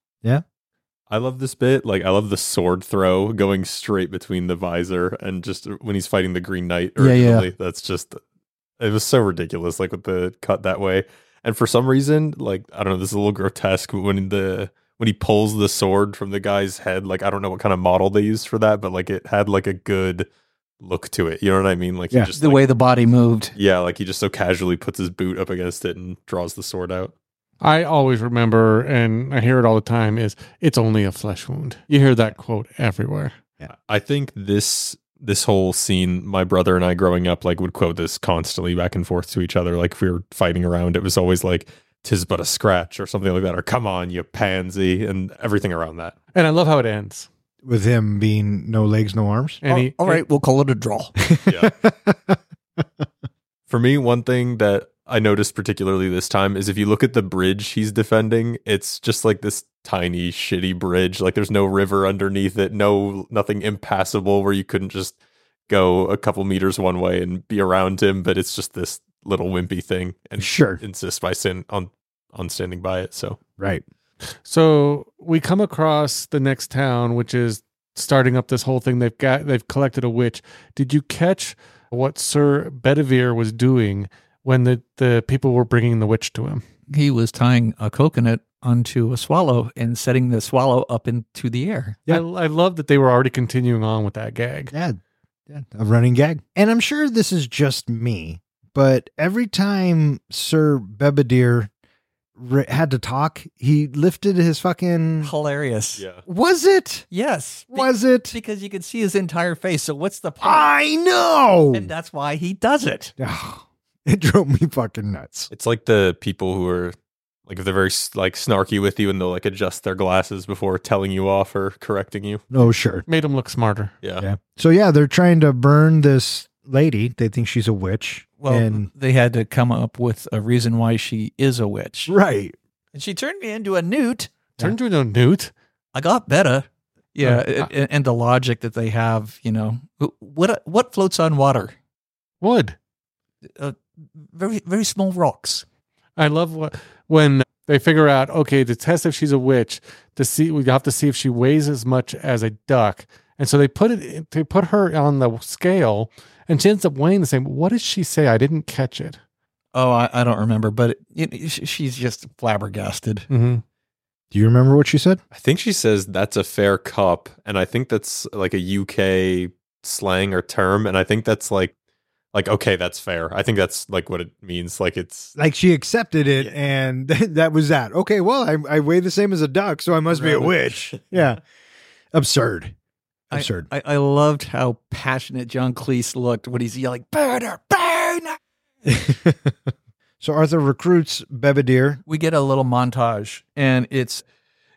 Speaker 3: I love this bit. Like, I love the sword throw going straight between the visor and just when he's fighting the Green Knight.
Speaker 4: Yeah, yeah.
Speaker 3: Originally. That's just, it was so ridiculous, like with the cut that way. And for some reason, like, I don't know, this is a little grotesque, but when the, when he pulls the sword from the guy's head, like, I don't know what kind of model they used for that, but like it had like a good look to it. You know what I mean? Like he
Speaker 5: Yeah.
Speaker 3: just
Speaker 7: the
Speaker 3: like-
Speaker 7: way the body moved.
Speaker 3: yeah, like he just so casually puts his boot up against it and draws the sword out.
Speaker 6: I always remember, and I hear it all the time, is it's only a flesh wound. You hear that quote everywhere.
Speaker 3: I think this this whole scene, my brother and I growing up, like would quote this constantly back and forth to each other. Like if we were fighting around, it was always like "tis but a scratch" or something like that, or "come on, you pansy," and everything around that.
Speaker 6: And I love how it ends.
Speaker 5: with him being no legs, no arms.
Speaker 6: And he,
Speaker 7: Oh, all right, we'll call it a draw.
Speaker 3: Yeah. For me, one thing that I noticed particularly this time is if you look at the bridge he's defending, it's just like this tiny shitty bridge. Like there's no river underneath it, no nothing impassable where you couldn't just go a couple meters one way and be around him, but it's just this little wimpy thing and
Speaker 5: Sure.
Speaker 3: insists by sin on on standing by it. So
Speaker 5: Right.
Speaker 6: So we come across the next town, which is starting up this whole thing. They've got they've collected a witch. Did you catch what Sir Bedivere was doing when the, the people were bringing the witch to him?
Speaker 4: He was tying a coconut onto a swallow and setting the swallow up into the air.
Speaker 6: I, I love that they were already continuing on with that gag.
Speaker 5: Yeah. yeah. A running gag. And I'm sure this is just me, but every time Sir Bebedeer re- had to talk, he lifted his fucking.
Speaker 4: Hilarious.
Speaker 3: yeah.
Speaker 5: Was it?
Speaker 4: Yes. be-
Speaker 5: Was it?
Speaker 4: because you can see his entire face. So what's the point?
Speaker 5: I know.
Speaker 4: And that's why he does it.
Speaker 5: it drove me fucking nuts.
Speaker 3: It's like the people who are like if they're very like snarky with you and they'll like adjust their glasses before telling you off or correcting you.
Speaker 5: No, sure.
Speaker 6: Made him look smarter.
Speaker 3: Yeah.
Speaker 5: Yeah. So yeah, they're trying to burn this lady. They think she's a witch.
Speaker 4: Well,
Speaker 5: and
Speaker 4: they had to come up with a reason why she is a witch.
Speaker 5: right.
Speaker 4: And she turned me into a newt.
Speaker 6: Turned you into a newt.
Speaker 4: I got better. Yeah,
Speaker 6: Uh,
Speaker 4: a- a- and the logic that they have, you know, Wh- what what floats on water?
Speaker 6: Wood.
Speaker 4: Very very small rocks.
Speaker 6: I love what when they figure out okay to test if she's a witch to see we have to see if she weighs as much as a duck, and so they put it they put her on the scale, and she ends up weighing the same. What did she say? I didn't catch it.
Speaker 4: Oh, I, I don't remember, but it, it, sh- she's just flabbergasted.
Speaker 6: Mm-hmm.
Speaker 5: Do you remember what she said?
Speaker 3: I think she says that's a fair cup, and I think that's like a UK slang or term, and I think that's like like okay, that's fair. I think that's like what it means. Like it's
Speaker 5: Like she accepted it,
Speaker 3: Yeah.
Speaker 5: and that was that. Okay, well, I, I weigh the same as a duck, so I must be a witch. Yeah, absurd,
Speaker 4: I-
Speaker 5: absurd.
Speaker 4: I, I loved how passionate John Cleese looked when he's yelling, "Burn her, burn!" her!"
Speaker 5: so Arthur recruits Bebedeer.
Speaker 4: We get a little montage, and it's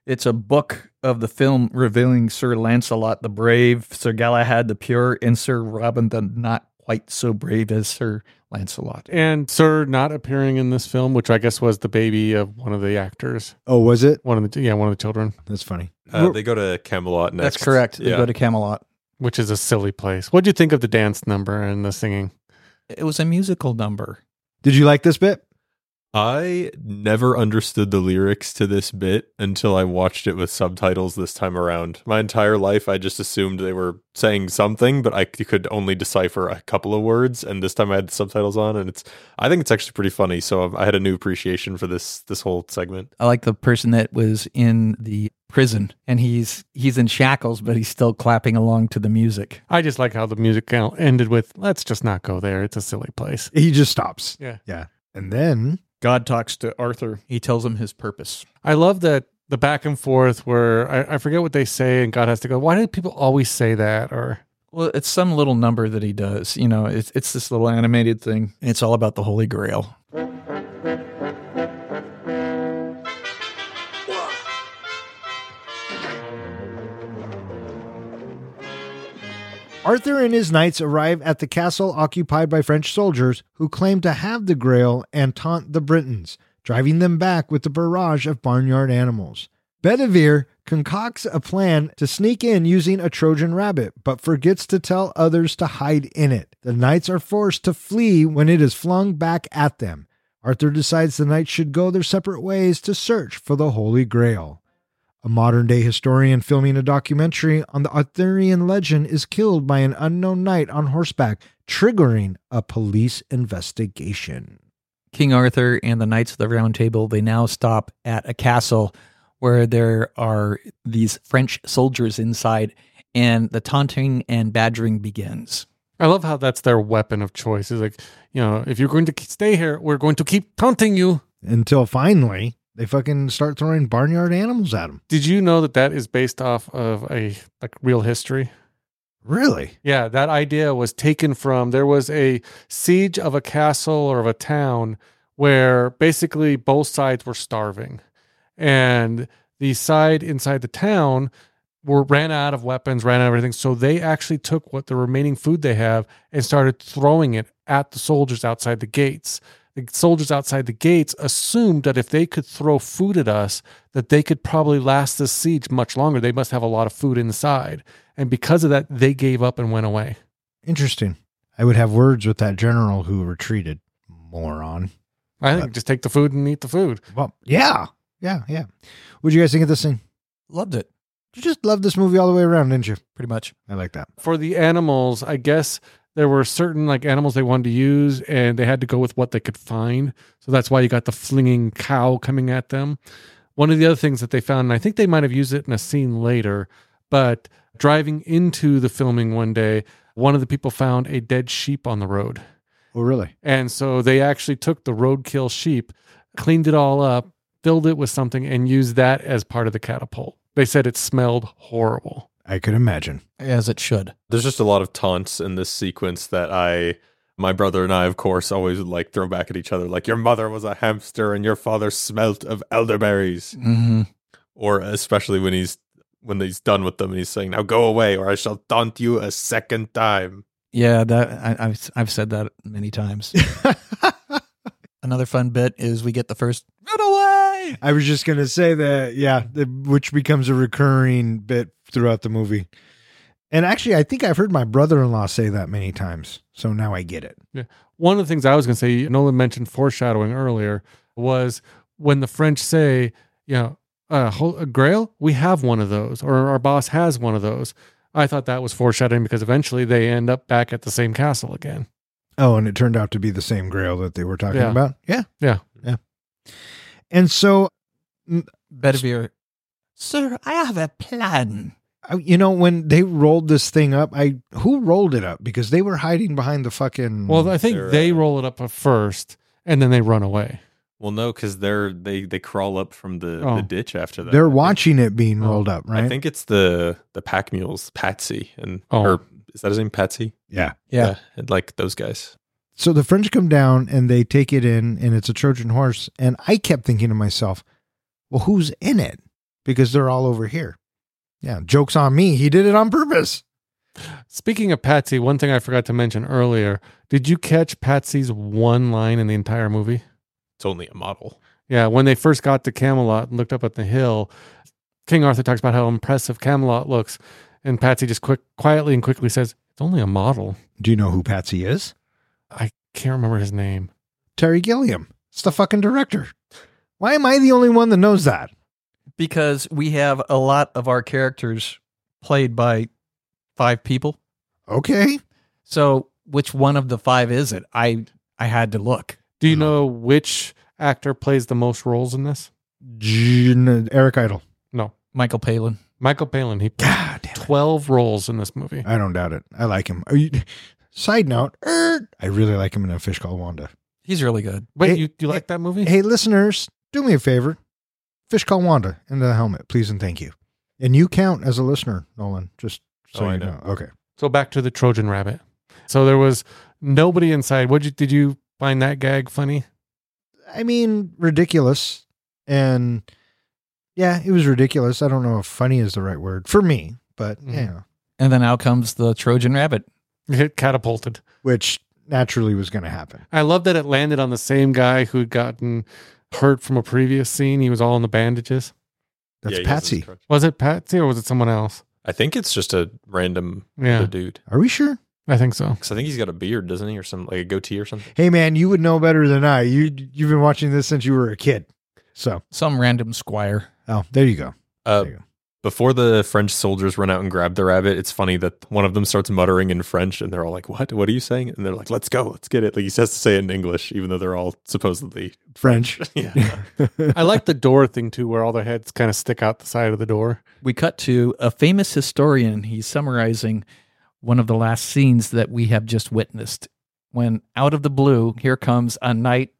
Speaker 4: it's a book of the film revealing Sir Lancelot the Brave, Sir Galahad the Pure, and Sir Robin the Not Quite So Brave as Sir Lancelot.
Speaker 6: And Sir not appearing in this film, which I guess was the baby of one of the actors,
Speaker 5: Oh, was it?
Speaker 6: one of the yeah one of the children,
Speaker 5: That's funny.
Speaker 3: uh, they go to Camelot next.
Speaker 4: That's correct. They
Speaker 3: yeah.
Speaker 4: go to Camelot.
Speaker 6: which is a silly place. What would you think of the dance number and the singing?
Speaker 4: It was a musical number.
Speaker 5: Did you like this bit?
Speaker 3: I never understood the lyrics to this bit until I watched it with subtitles this time around. My entire life, I just assumed they were saying something, but I c- could only decipher a couple of words. And this time, I had the subtitles on, and it's I think it's actually pretty funny. So I had a new appreciation for this this whole segment.
Speaker 4: I like the person that was in the prison and he's he's in shackles but he's still clapping along to the music.
Speaker 6: I just like how the music kind of ended with "Let's just not go there. It's a silly place."
Speaker 5: He just stops.
Speaker 6: Yeah.
Speaker 5: yeah. And then
Speaker 4: God talks to Arthur. He tells him his purpose.
Speaker 6: I love that the back and forth where I, I forget what they say and God has to go, why do people always say that? Or
Speaker 4: Well, it's some little number that he does. You know, it's it's this little animated thing. It's all about the Holy Grail.
Speaker 5: Arthur and his knights arrive at the castle occupied by French soldiers who claim to have the grail and taunt the Britons, driving them back with the barrage of barnyard animals. Bedivere concocts a plan to sneak in using a Trojan rabbit, but forgets to tell others to hide in it. The knights are forced to flee when it is flung back at them. Arthur decides the knights should go their separate ways to search for the Holy Grail. A modern day historian filming a documentary on the Arthurian legend is killed by an unknown knight on horseback, triggering a police investigation.
Speaker 4: King Arthur and the Knights of the Round Table, they now stop at a castle where there are these French soldiers inside and the taunting and badgering begins.
Speaker 6: I love how that's their weapon of choice. Is like, you know, if you're going to k- stay here, we're going to keep taunting you.
Speaker 5: until finally they fucking start throwing barnyard animals at them.
Speaker 6: Did you know that that is based off of a like real history?
Speaker 5: Really?
Speaker 6: Yeah, that idea was taken from there was a siege of a castle or of a town where basically both sides were starving. And the side inside the town were ran out of weapons, ran out of everything. So they actually took what the remaining food they have and started throwing it at the soldiers outside the gates. The soldiers outside the gates assumed that if they could throw food at us, that they could probably last this siege much longer. They must have a lot of food inside. And because of that, they gave up and went away.
Speaker 5: Interesting. I would have words with that general who retreated. Moron.
Speaker 6: I think
Speaker 5: Right.
Speaker 6: just take the food and eat the food.
Speaker 5: Well, yeah. Yeah, yeah. What'd you guys think of this thing?
Speaker 4: Loved it
Speaker 5: You just loved this movie all the way around, didn't you?
Speaker 4: pretty much.
Speaker 5: I like that.
Speaker 6: For the animals, I guess there were certain like animals they wanted to use and they had to go with what they could find. So that's why you got the flinging cow coming at them. One of the other things that they found, and I think they might have used it in a scene later, but driving into the filming one day, one of the people found a dead sheep on the road.
Speaker 5: Oh, really?
Speaker 6: And so they actually took the roadkill sheep, cleaned it all up, filled it with something, and used that as part of the catapult. They said it smelled horrible.
Speaker 5: I could imagine.
Speaker 4: As it should.
Speaker 3: There's just a lot of taunts in this sequence that I, my brother and I, of course, always would, like throw back at each other. Like, your mother was a hamster and your father smelt of elderberries.
Speaker 4: Mm-hmm.
Speaker 3: Or especially when he's when he's done with them and he's saying, "Now go away, or I shall taunt you a second time."
Speaker 4: Yeah, that I, I've I've said that many times. Another fun bit is we get the first run away.
Speaker 5: I was just going to say that, yeah, the, which becomes a recurring bit throughout the movie. And actually, I think I've heard my brother in law say that many times. So now I get it.
Speaker 6: One of the things I was going to say, Nolan mentioned foreshadowing earlier, was when the French say, you know, uh, hol- a grail, we have one of those, or our boss has one of those. I thought that was foreshadowing because eventually they end up back at the same castle again.
Speaker 5: Oh, and it turned out to be the same grail that they were talking
Speaker 6: Yeah.
Speaker 5: about. Yeah.
Speaker 6: Yeah.
Speaker 5: Yeah. And so,
Speaker 4: Bedivere, sir, I have a plan.
Speaker 5: I- you know, when they rolled this thing up, I who rolled it up because they were hiding behind the fucking.
Speaker 6: Well, I think
Speaker 3: They're,
Speaker 6: they
Speaker 3: uh,
Speaker 6: roll it up first and then they run away.
Speaker 3: Well, no, because they're they they crawl up from the,
Speaker 6: Oh.
Speaker 3: the ditch after that. I
Speaker 5: they're
Speaker 3: think.
Speaker 5: watching it being
Speaker 6: Oh,
Speaker 5: rolled up, right?
Speaker 3: I think it's the the pack mules, Patsy, and
Speaker 6: Oh.
Speaker 3: or is that his name, Patsy?
Speaker 5: yeah.
Speaker 4: Yeah.
Speaker 3: and like those guys.
Speaker 5: So the French come down and they take it in, and it's a Trojan horse. And I kept thinking to myself, well, who's in it? Because they're all over here. Yeah, joke's on me. He did it on purpose.
Speaker 6: Speaking of Patsy, one thing I forgot to mention earlier. Did you catch Patsy's one line in the entire movie?
Speaker 3: It's only a model.
Speaker 6: Yeah, when they first got to Camelot and looked up at the hill, King Arthur talks about how impressive Camelot looks, and Patsy just quick quietly and quickly says, "It's only a model."
Speaker 5: Do you know who Patsy is?
Speaker 6: I can't remember his name.
Speaker 5: Terry Gilliam. It's the fucking director. Why am I the only one that knows that?
Speaker 4: Because we have a lot of our characters played by five people.
Speaker 5: Okay.
Speaker 4: So which one of the five is it? I I had to look.
Speaker 6: Do you know which actor plays the most roles in this?
Speaker 5: G- n- Eric Idle.
Speaker 6: No,
Speaker 4: Michael Palin.
Speaker 6: Michael Palin. He played
Speaker 5: God damn it.
Speaker 6: twelve roles in this movie.
Speaker 5: I don't doubt it. I like him. Are you, side note, er, I really like him in A Fish Called Wanda.
Speaker 4: He's really good.
Speaker 6: Wait,
Speaker 5: Hey-
Speaker 6: you you like that
Speaker 3: Mm.
Speaker 6: movie?
Speaker 5: Hey, listeners, do me a favor. Fish Called Wanda into the helmet, please and thank you. And you count as a listener, Nolan, just so
Speaker 3: Oh, I
Speaker 5: you
Speaker 3: know.
Speaker 5: know. Okay.
Speaker 6: So back to the Trojan rabbit. So there was nobody inside. What you did you find that gag funny?
Speaker 5: I mean, ridiculous. And yeah, it was ridiculous. I don't know if funny is the right word for me, but
Speaker 3: Mm-hmm.
Speaker 6: Mhm.
Speaker 5: yeah.
Speaker 4: And then out comes the Trojan rabbit.
Speaker 6: It catapulted.
Speaker 5: Which naturally was going to happen.
Speaker 6: I love that it landed on the same guy who had gotten hurt from a previous scene. He was all in the bandages.
Speaker 5: That's
Speaker 3: Yeah, he has his
Speaker 5: Patsy.
Speaker 3: crutch.
Speaker 6: Was it Patsy or was it someone else?
Speaker 3: I think it's just a random
Speaker 6: Yeah.
Speaker 3: other dude.
Speaker 5: Are we sure?
Speaker 6: I think so.
Speaker 3: Because I think he's got a beard, doesn't he, or some like a goatee or something?
Speaker 5: Hey, man, you would know better than I. You you've been watching this since you were a kid. So,
Speaker 4: Some random squire.
Speaker 5: oh, there you go.
Speaker 3: Uh,
Speaker 5: There you go.
Speaker 3: before the French soldiers run out and grab the rabbit, it's funny that one of them starts muttering in French, and they're all like, "What? What are you saying?" And they're like, "Let's go, let's get it." Like he has to say it in English, even though they're all supposedly.
Speaker 5: French.
Speaker 3: yeah.
Speaker 6: I like the door thing too, where all their heads kind of stick out the side of the door.
Speaker 4: We cut to a famous historian. He's summarizing one of the last scenes that we have just witnessed. When out of the blue, here comes a knight,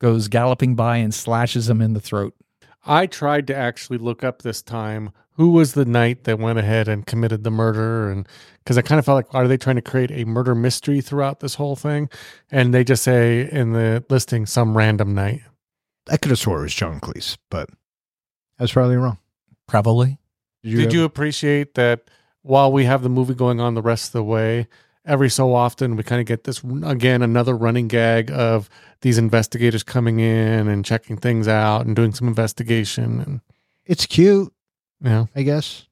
Speaker 4: goes galloping by and slashes him in the throat.
Speaker 6: I tried to actually look up this time who was the knight that went ahead and committed the murder, and because I kind of felt like are they trying to create a murder mystery throughout this whole thing, and they just say in the listing some random knight.
Speaker 5: I could have swore it was John Cleese, but I was probably wrong.
Speaker 4: Probably.
Speaker 6: Did you appreciate that while we have the movie going on the rest of the way, every so often we kind of get this again another running gag of these investigators coming in and checking things out and doing some investigation and
Speaker 5: It's cute,
Speaker 6: you know
Speaker 5: I guess.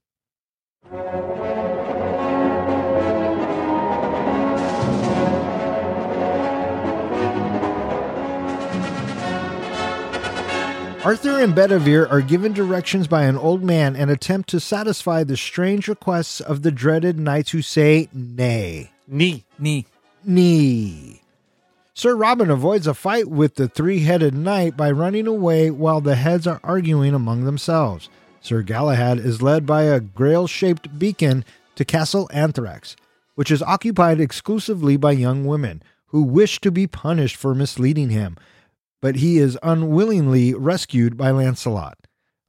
Speaker 5: Arthur and Bedivere are given directions by an old man and attempt to satisfy the strange requests of the dreaded knights who say nay.
Speaker 6: knee.
Speaker 4: Nee.
Speaker 5: knee. Sir Robin avoids a fight with the three headed knight by running away while the heads are arguing among themselves. Sir Galahad is led by a grail shaped beacon to Castle Anthrax, which is occupied exclusively by young women who wish to be punished for misleading him, but he is unwillingly rescued by Lancelot.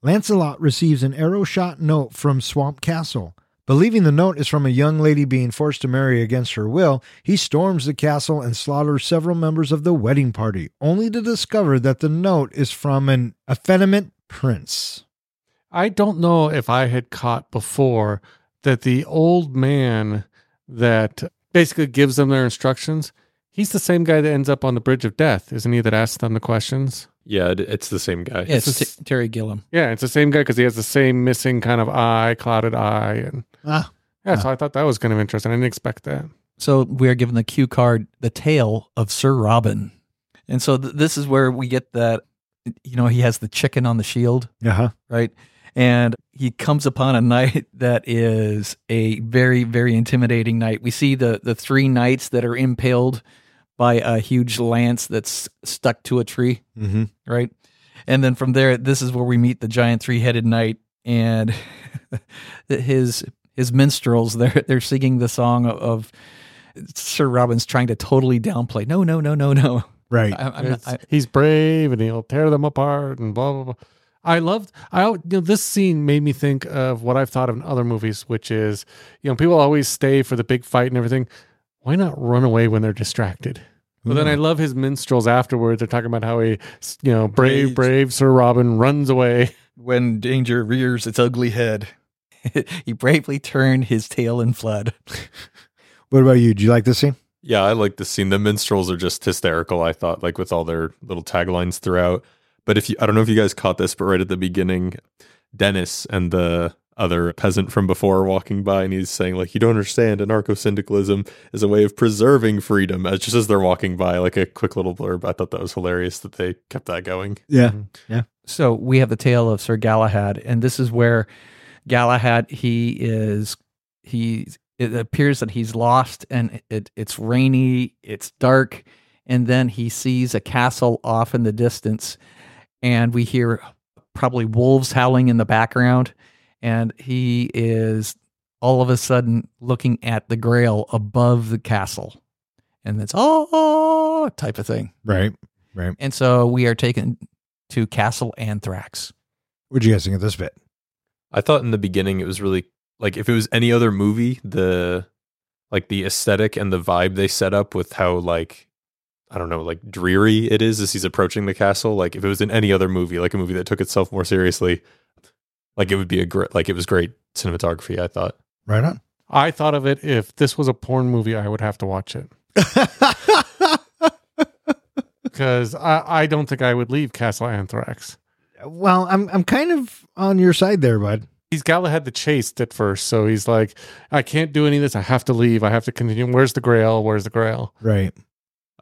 Speaker 5: Lancelot receives an arrow shot note from Swamp Castle. Believing the note is from a young lady being forced to marry against her will, he storms the castle and slaughters several members of the wedding party, only to discover that the note is from an effeminate prince.
Speaker 6: I don't know if I had caught before that the old man that basically gives them their instructions, he's the same guy that ends up on the bridge of death, isn't he? That asks them the questions.
Speaker 3: Yeah, it, it's the same guy.
Speaker 4: Yeah, it's
Speaker 6: It's a s-
Speaker 4: T- Terry Gilliam.
Speaker 6: Yeah, it's the same guy because he has the same missing kind of eye, clouded eye, and
Speaker 5: Ah,
Speaker 6: yeah. So I thought that was kind of interesting. I didn't expect that.
Speaker 4: So we are given the cue card, the tale of Sir Robin. And so th- this is where we get that, you know, he has the chicken on the shield.
Speaker 5: uh huh.
Speaker 4: right? And he comes upon a knight that is a very, very intimidating knight. We see the the three knights that are impaled by a huge lance that's stuck to a tree,
Speaker 5: Mm-hmm.
Speaker 4: right? And then from there, this is where we meet the giant three headed knight and his his minstrels. They're they're singing the song of, of Sir Robin's trying to totally downplay. No, no, no, no, no.
Speaker 5: Right.
Speaker 4: I, I'm not,
Speaker 6: It's-
Speaker 4: I,
Speaker 6: he's brave and he'll tear them apart and blah blah blah. I loved I al- you know this scene made me think of what I've thought of in other movies, which is you know people always stay for the big fight and everything. Why not run away when they're distracted? But then I
Speaker 4: Mm.
Speaker 6: love his minstrels afterwards. They're talking about how he, s- you know, brave,
Speaker 4: Rage.
Speaker 6: brave Sir Robin runs away.
Speaker 4: when danger rears its ugly head. he bravely turned his tail and fled.
Speaker 5: What about you? Do you like this scene?
Speaker 3: Yeah, I like this scene. The minstrels are just hysterical, I thought, like with all their little taglines throughout. But if you, I don't know if you guys caught this, but right at the beginning, Dennis and the other peasant from before are walking by and he's saying, like, you don't understand, anarcho syndicalism is a way of preserving freedom. As just as they're walking by, like a quick little blurb. I thought that was hilarious that they kept that going.
Speaker 5: Yeah.
Speaker 4: So we have the tale of Sir Galahad, and this is where Galahad he is he it appears that he's lost, and it, it's rainy, it's dark, and then he sees a castle off in the distance, and we hear probably wolves howling in the background, and he is all of a sudden looking at the Grail above the castle, and it's oh type of thing,
Speaker 5: Mm-hmm. Right.
Speaker 4: and so we are taken to Castle Anthrax.
Speaker 5: What do you guys think of this bit?
Speaker 3: I thought in the beginning it was really like if it was any other movie, the like the aesthetic and the vibe they set up with how like I don't know, like dreary it is as he's approaching the castle. Like if it was in any other movie, like a movie that took itself more seriously, like it would be a great like it was great cinematography, I thought.
Speaker 5: Right on.
Speaker 6: I thought of it if this was a porn movie, I would have to watch it because I, I don't think I would leave Castle Anthrax.
Speaker 5: well, I'm I'm kind of on your side there, bud.
Speaker 6: he's Galahad the chased at first, so he's like, I can't do any of this. I have to leave. I have to continue. Where's the Grail? Where's the Grail?
Speaker 5: Right.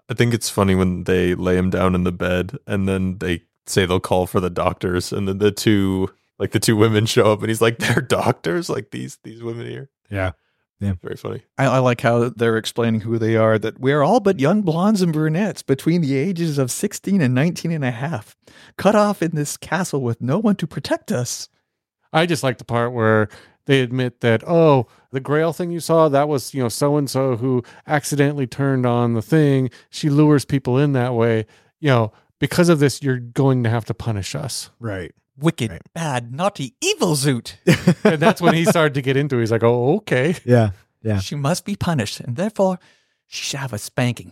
Speaker 3: I think it's funny when they lay him down in the bed and then they say they'll call for the doctors and then the two like the two women show up and he's like, They're doctors? Like these these women here.
Speaker 5: Yeah. Yeah.
Speaker 3: Very funny.
Speaker 4: I, I like how they're explaining who they are, that we are all but young blondes and brunettes between the ages of 16 and 19 and a half, cut off in this castle with no one to protect us.
Speaker 6: I just like the part where they admit that oh the grail thing you saw that was you know so and so who accidentally turned on the thing she lures people in that way you know because of this you're going to have to punish us
Speaker 5: Right.
Speaker 4: Wicked,
Speaker 5: Right.
Speaker 4: bad, naughty, evil Zoot.
Speaker 6: and that's when he started to get into it. he's like oh okay
Speaker 5: Yeah. Yeah.
Speaker 4: She must be punished, and therefore she should have a spanking.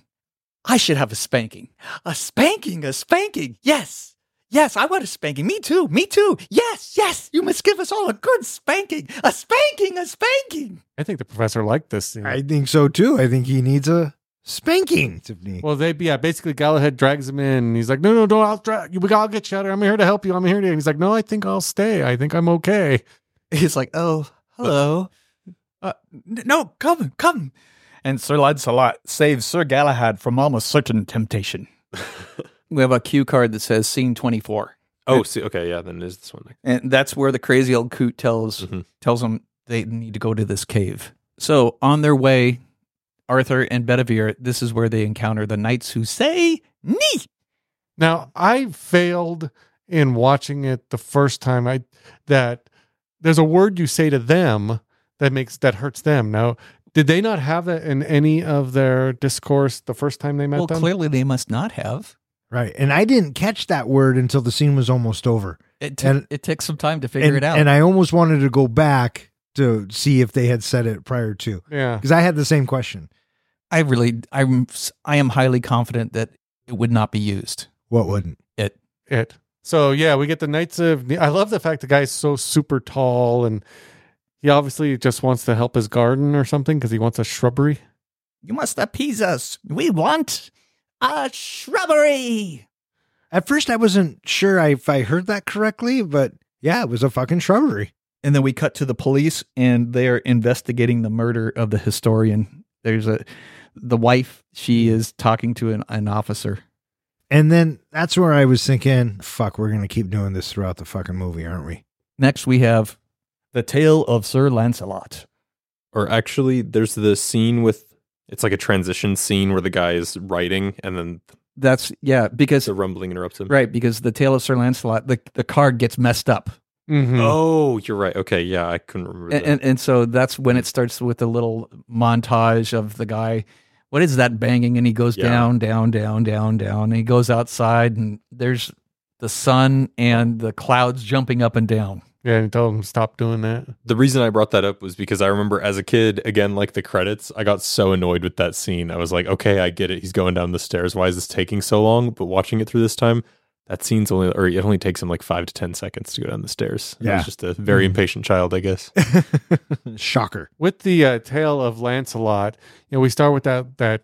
Speaker 4: I should have a spanking. A spanking, a spanking. Yes. Yes, I want a spanking. Me too. Me too. Yes, yes. You must give us all a good spanking. A spanking, a spanking.
Speaker 6: i think the professor liked this scene.
Speaker 5: I think so too. I think he needs a spanking, Tiffany.
Speaker 6: Well, they yeah, basically Galahad drags him in, and he's like, "No, no, don't! I'll drag you. We gotta get you out of here. I'm here to help you. I'm here to." And he's like, "No, I think I'll stay. I think I'm okay."
Speaker 4: He's like, oh, hello. Uh, n- no, come, come.
Speaker 7: And Sir Lancelot saves Sir Galahad from almost certain temptation.
Speaker 4: We have a cue card that says scene 24.
Speaker 3: Oh, see, okay, yeah, then it is this one.
Speaker 4: And that's where the crazy old coot tells
Speaker 7: Mm-hmm.
Speaker 3: Mhm.
Speaker 4: tells them they need to go to this cave. So on their way, Arthur and Bedivere, this is where they encounter the knights who say "Nee."
Speaker 6: Now, I failed in watching it the first time. I that there's a word you say to them that makes that hurts them. Now, did they not have that in any of their discourse the first time they met
Speaker 4: Well,
Speaker 6: them?
Speaker 4: clearly they must not have.
Speaker 5: right. And I didn't catch that word until the scene was almost over.
Speaker 4: It t-
Speaker 5: And-
Speaker 4: it takes some time to figure
Speaker 5: And,
Speaker 4: it out.
Speaker 5: and I almost wanted to go back to see if they had said it prior to
Speaker 6: Yeah.
Speaker 5: because I had the same question.
Speaker 4: I really, I'm, I am highly confident that it would not be used.
Speaker 5: What wouldn't?
Speaker 6: it. So yeah, we get the Knights of. Ne- I love the fact the guy's so super tall, and he obviously just wants to help his garden or something because he wants a shrubbery.
Speaker 7: You must appease us. We want a shrubbery.
Speaker 5: At first, I wasn't sure I- if I heard that correctly, but yeah, it was a fucking shrubbery.
Speaker 7: And then we cut to the police and
Speaker 4: They are investigating the murder of the historian. There's a, the wife. She is talking to an, an officer.
Speaker 5: And then that's where I was thinking, fuck, we're going to keep doing this throughout the fucking movie, aren't we?
Speaker 4: Next, we have the tale of Sir Lancelot.
Speaker 3: Or actually, there's the scene with it's like a transition scene where the guy is writing and then
Speaker 4: That's yeah, because
Speaker 3: the rumbling interrupts him.
Speaker 4: right because the tale of Sir Lancelot, the the card gets messed up,
Speaker 6: Mm-hmm.
Speaker 3: Oh, you're right. Okay, yeah, I couldn't remember
Speaker 4: and,
Speaker 3: that.
Speaker 4: and and so that's when it starts with a little montage of the guy. What is that banging? And he goes
Speaker 3: Yeah.
Speaker 4: down, down, down, down, down. And he goes outside, and there's the sun and the clouds jumping up and down.
Speaker 6: Yeah, and tell him stop doing that.
Speaker 3: the reason I brought that up was because I remember as a kid, again, like the credits, I got so annoyed with that scene. I was like, okay, I get it. He's going down the stairs. Why is this taking so long? But watching it through this time, that scene's only, or it only takes him like five to 10 seconds to go down the stairs. I
Speaker 5: Yeah.
Speaker 3: was just a
Speaker 4: Mm-hmm.
Speaker 3: very impatient child, I guess.
Speaker 5: Shocker.
Speaker 6: With the uh, tale of Lancelot, you know, we start with that that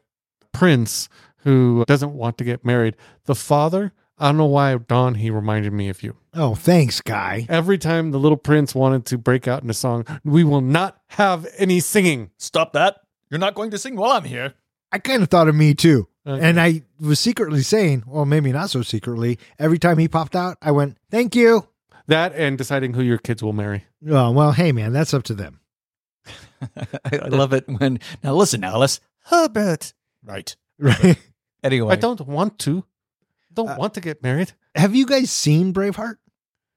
Speaker 6: prince who doesn't want to get married. The father. I don't know why, Don. He reminded me of you.
Speaker 5: Oh, thanks, guy.
Speaker 6: Every time the little prince wanted to break out into song, we will not have any singing.
Speaker 7: stop that. You're not going to sing while I'm here.
Speaker 5: I kind of thought of me too.
Speaker 6: Uh,
Speaker 5: And I was secretly saying, well, maybe not so secretly. Every time he popped out, I went, thank you.
Speaker 6: that and deciding who your kids will marry.
Speaker 5: Oh, well, hey, man, that's up to them.
Speaker 4: I I love it when now listen, Alice Herbert.
Speaker 7: Right.
Speaker 5: Right.
Speaker 4: Anyway,
Speaker 6: I don't want to. Don't
Speaker 5: Uh,
Speaker 6: want to get married.
Speaker 5: Have you guys seen Braveheart?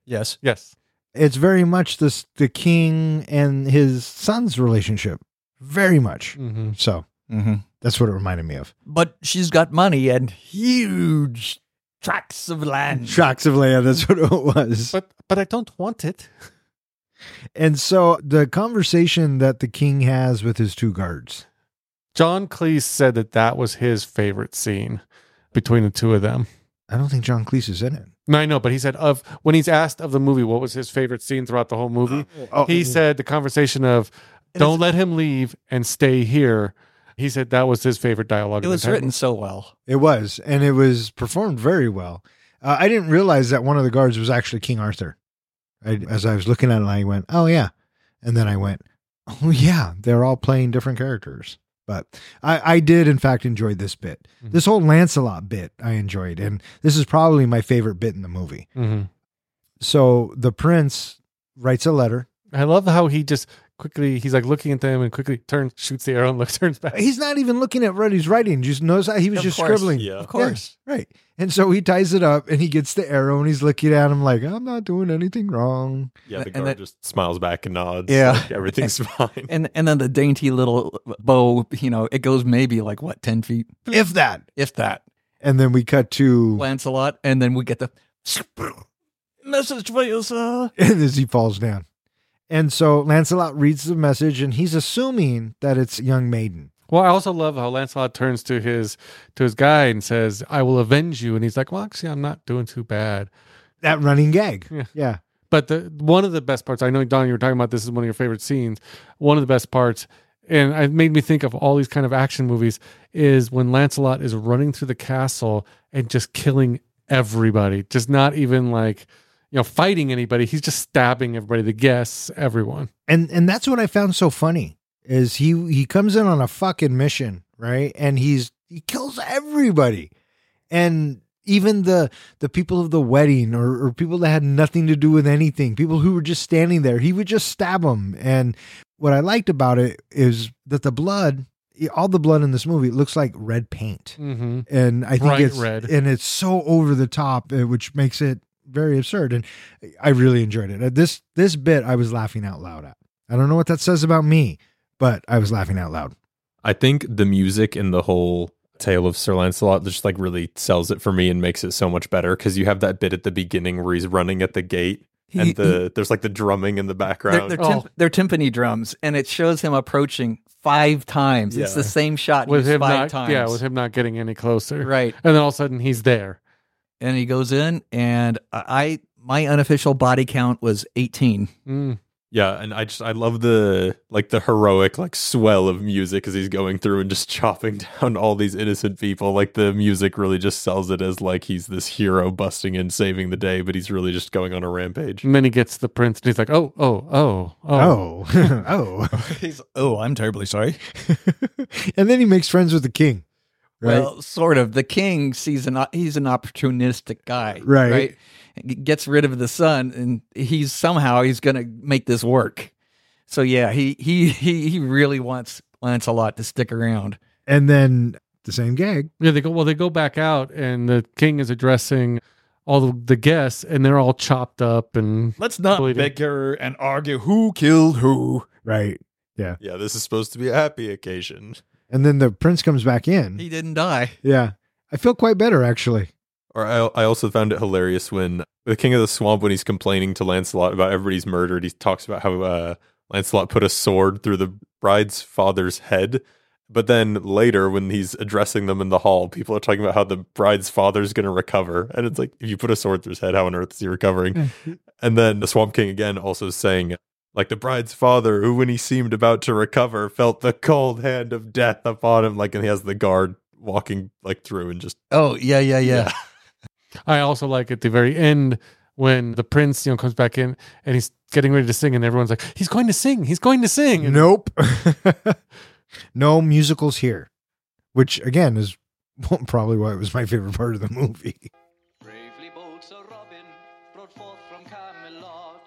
Speaker 7: Yes.
Speaker 6: Yes.
Speaker 5: It's very much this the king and his son's relationship. Very much.
Speaker 6: Mm-hmm.
Speaker 5: So
Speaker 7: Mm-hmm.
Speaker 5: that's what it reminded me of.
Speaker 4: but she's got money and huge tracts of land.
Speaker 5: Shocks of Leia, that's what it was.
Speaker 6: But but I don't want it.
Speaker 5: And so the conversation that the king has with his two guards.
Speaker 6: John Cleese said that that was his favorite scene between the two of them.
Speaker 5: I don't think John Cleese is in it.
Speaker 6: No, I know, but he said of when he's asked of the movie what was his favorite scene throughout the whole movie,
Speaker 4: Uh,
Speaker 6: he
Speaker 4: mm-hmm.
Speaker 6: said the conversation of "Don't let him leave and stay here." He said that was his favorite dialogue.
Speaker 4: It
Speaker 6: of the
Speaker 4: was
Speaker 6: entire
Speaker 4: written so well.
Speaker 5: It was, and it was performed very well. Uh, I didn't realize that one of the guards was actually King Arthur. I, as I was looking at it, I went, "Oh yeah," and then I went, "Oh yeah." They're all playing different characters, but I, I did in fact enjoy this bit.
Speaker 6: Mhm.
Speaker 4: Mm-hmm.
Speaker 5: This whole Lancelot bit I enjoyed, and this is probably my favorite bit in the movie.
Speaker 6: movie. Mhm.
Speaker 5: So the prince writes a letter.
Speaker 6: I love how he just quickly he's like looking at them and quickly turns, shoots the arrow and looks, turns back.
Speaker 5: He's not even looking at what he's writing. Just knows that he was
Speaker 4: Of
Speaker 5: just
Speaker 4: course.
Speaker 5: scribbling.
Speaker 3: Yeah.
Speaker 4: Of course.
Speaker 5: Yeah, right. And so he ties it up and he gets the arrow and he's looking at him like, I'm not doing anything wrong.
Speaker 3: Yeah, the
Speaker 4: And
Speaker 3: guard
Speaker 4: that-
Speaker 3: just smiles back and nods.
Speaker 4: Yeah.
Speaker 3: like, everything's fine.
Speaker 4: And and then the dainty little bow, you know, it goes maybe like what, ten feet,
Speaker 5: If that.
Speaker 4: if that.
Speaker 5: And then we cut to
Speaker 4: Lancelot, and then we get the message for you, sir.
Speaker 5: and as he falls down. And so Lancelot reads the message and he's assuming that it's young maiden.
Speaker 6: Well, I also love how Lancelot turns to his to his guy and says, "I will avenge you," and he's like, "Well, actually, I'm not doing too bad."
Speaker 5: That running gag.
Speaker 6: Yeah.
Speaker 5: yeah.
Speaker 6: But the one of the best parts, I know Don, you were talking about this is one of your favorite scenes. One of the best parts, and it made me think of all these kind of action movies, is when Lancelot is running through the castle and just killing everybody, just not even like you know fighting anybody. He's just stabbing everybody, the guests, everyone.
Speaker 5: and and that's what I found so funny is he he comes in on a fucking mission, right? And he's he kills everybody, and even the the people of the wedding or, or people that had nothing to do with anything, people who were just standing there, he would just stab them. And what I liked about it is that the blood, all the blood in this movie, it looks like red paint,
Speaker 6: Mm-hmm.
Speaker 5: and I think
Speaker 6: Bright
Speaker 5: it's
Speaker 6: red.
Speaker 5: and it's so over the top, uh, which makes it very absurd. And I really enjoyed it. Uh, This this bit I was laughing out loud at. I don't know what that says about me, but I was laughing out loud.
Speaker 3: I think the music in the whole tale of Sir Lancelot just like really sells it for me and makes it so much better because you have that bit at the beginning where he's running at the gate
Speaker 4: He-
Speaker 3: and the there's like the drumming in the
Speaker 4: They're,
Speaker 3: background.
Speaker 4: they're,
Speaker 6: Oh.
Speaker 4: tim- they're timpani drums, and it shows him approaching five times. It's
Speaker 3: Yeah.
Speaker 4: the same shot
Speaker 6: With
Speaker 4: used
Speaker 6: him
Speaker 4: five
Speaker 6: not,
Speaker 4: times.
Speaker 6: yeah, with him not getting any closer,
Speaker 4: Right,
Speaker 6: and then all of a sudden he's there.
Speaker 4: and he goes in, and I my unofficial body count was eighteen.
Speaker 6: Mm.
Speaker 3: yeah, and I just I love the like the heroic like swell of music as he's going through and just chopping down all these innocent people. Like the music really just sells it as like he's this hero busting in saving the day, but he's really just going on a rampage.
Speaker 6: And then he gets the prince, and he's like, "Oh, oh, oh, oh."
Speaker 5: Oh, oh.
Speaker 4: He's oh, I'm terribly sorry.
Speaker 5: and then he makes friends with the king. Right.
Speaker 4: Well, sort of. The king sees an he's an opportunistic guy,
Speaker 5: Right.
Speaker 4: G- Gets rid of the son, and he's somehow he's going to make this work. So yeah, he he he he really wants Lancelot to stick around.
Speaker 5: and then the same gag.
Speaker 6: Yeah, they go well. They go back out, and the king is addressing all the, the guests, and they're all chopped up. And
Speaker 8: Let's not
Speaker 6: Bleeding.
Speaker 8: bicker and argue who killed who.
Speaker 5: Right.
Speaker 3: Yeah, this is supposed to be a happy occasion.
Speaker 5: And then the prince comes back in.
Speaker 4: He didn't die.
Speaker 5: yeah. I feel quite better actually.
Speaker 3: Or I, I also found it hilarious when the King of the Swamp, when he's complaining to Lancelot about everybody's murdered, he talks about how uh, Lancelot put a sword through the bride's father's head. But then later, when he's addressing them in the hall, people are talking about how the bride's father's going to recover. And it's like, if you put a sword through his head, how on earth is he recovering? and then the Swamp King again also saying, like the bride's father, who when he seemed about to recover, felt the cold hand of death upon him. Like, and he has the guard walking like through and just
Speaker 4: Oh yeah, yeah, yeah.
Speaker 6: I also like at the very end when the prince, you know, comes back in and he's getting ready to sing, and everyone's like, "He's going to sing! He's going to sing!" And
Speaker 5: Nope. no musicals here, which again is probably why it was my favorite part of the movie.
Speaker 9: Bravely bold Sir Robin, brought forth from Camelot.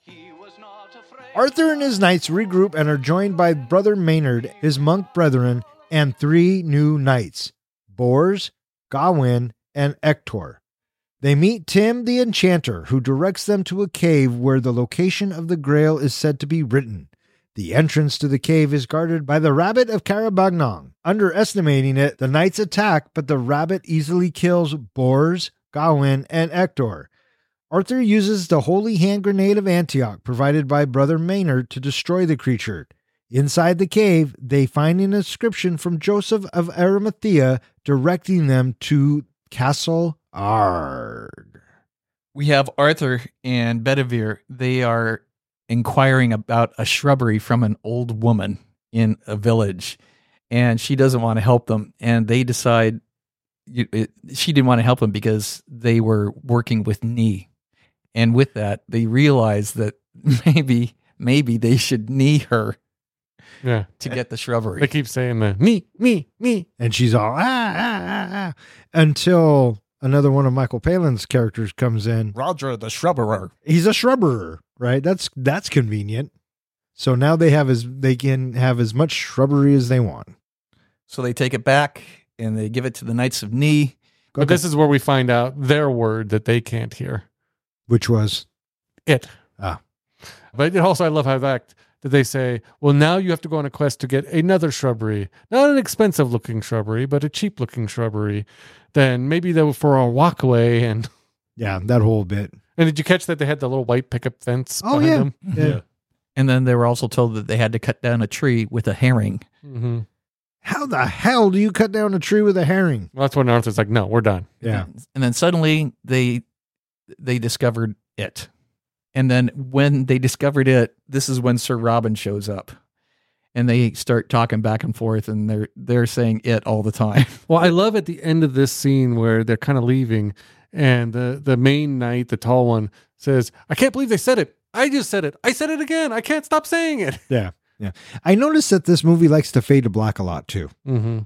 Speaker 9: He was not afraid.
Speaker 5: Arthur and his knights regroup and are joined by brother Maynard, his monk brethren, and three new knights Bors, Gawain, and Ector. They meet Tim the Enchanter, who directs them to a cave where the location of the Grail is said to be written. The entrance to the cave is guarded by the Rabbit of Carabagnong. Underestimating it, the knights attack, but the rabbit easily kills Bors, Gawain, and Ector. Arthur uses the holy hand grenade of Antioch provided by Brother Maynard to destroy the creature. Inside the cave, they find an inscription from Joseph of Arimathea directing them to Castle Arg.
Speaker 4: We have Arthur and Bedivere. They are inquiring about a shrubbery from an old woman in a village, and she doesn't want to help them. And they decide you, it, she didn't want to help them because they were working with knee. And with that, they realize that maybe maybe they should knee her
Speaker 6: yeah,
Speaker 4: to get the
Speaker 6: they
Speaker 4: shrubbery.
Speaker 6: keep saying the me, me, me.
Speaker 5: And she's all, ah, ah, ah, ah, until another one of Michael Palin's characters comes in.
Speaker 8: Roger the shrubberer.
Speaker 5: He's a shrubberer, right? That's that's convenient. So now they have as they can have as much shrubbery as they want.
Speaker 4: So they take it back and they give it to the Knights of Knee.
Speaker 6: But this is where we find out their word that they can't hear.
Speaker 5: Which was
Speaker 6: It.
Speaker 5: Ah.
Speaker 6: But it also, I love how that that they say, well, now you have to go on a quest to get another shrubbery, not an expensive looking shrubbery, but a cheap looking shrubbery. Then maybe they were for our walkway. And
Speaker 5: yeah, that whole bit.
Speaker 6: and did you catch that they had the little white picket fence?
Speaker 5: Oh,
Speaker 6: behind
Speaker 5: yeah.
Speaker 6: them?
Speaker 5: Yeah.
Speaker 4: And then they were also told that they had to cut down a tree with a herring.
Speaker 6: hmm
Speaker 5: How the hell do you cut down a tree with a herring?
Speaker 6: Well, that's when Arthur's like, no, we're done.
Speaker 5: Yeah.
Speaker 4: And then suddenly they they discovered it. And then when they discovered it, this is when Sir Robin shows up. And they start talking back and forth and they're they're saying it all the time.
Speaker 6: Well, I love at the end of this scene where they're kind of leaving, and the the main knight, the tall one, says, "I can't believe they said it. I just said it. I said it again. I can't stop saying it."
Speaker 5: I noticed that this movie likes to fade to black a lot too.
Speaker 6: Mm-hmm.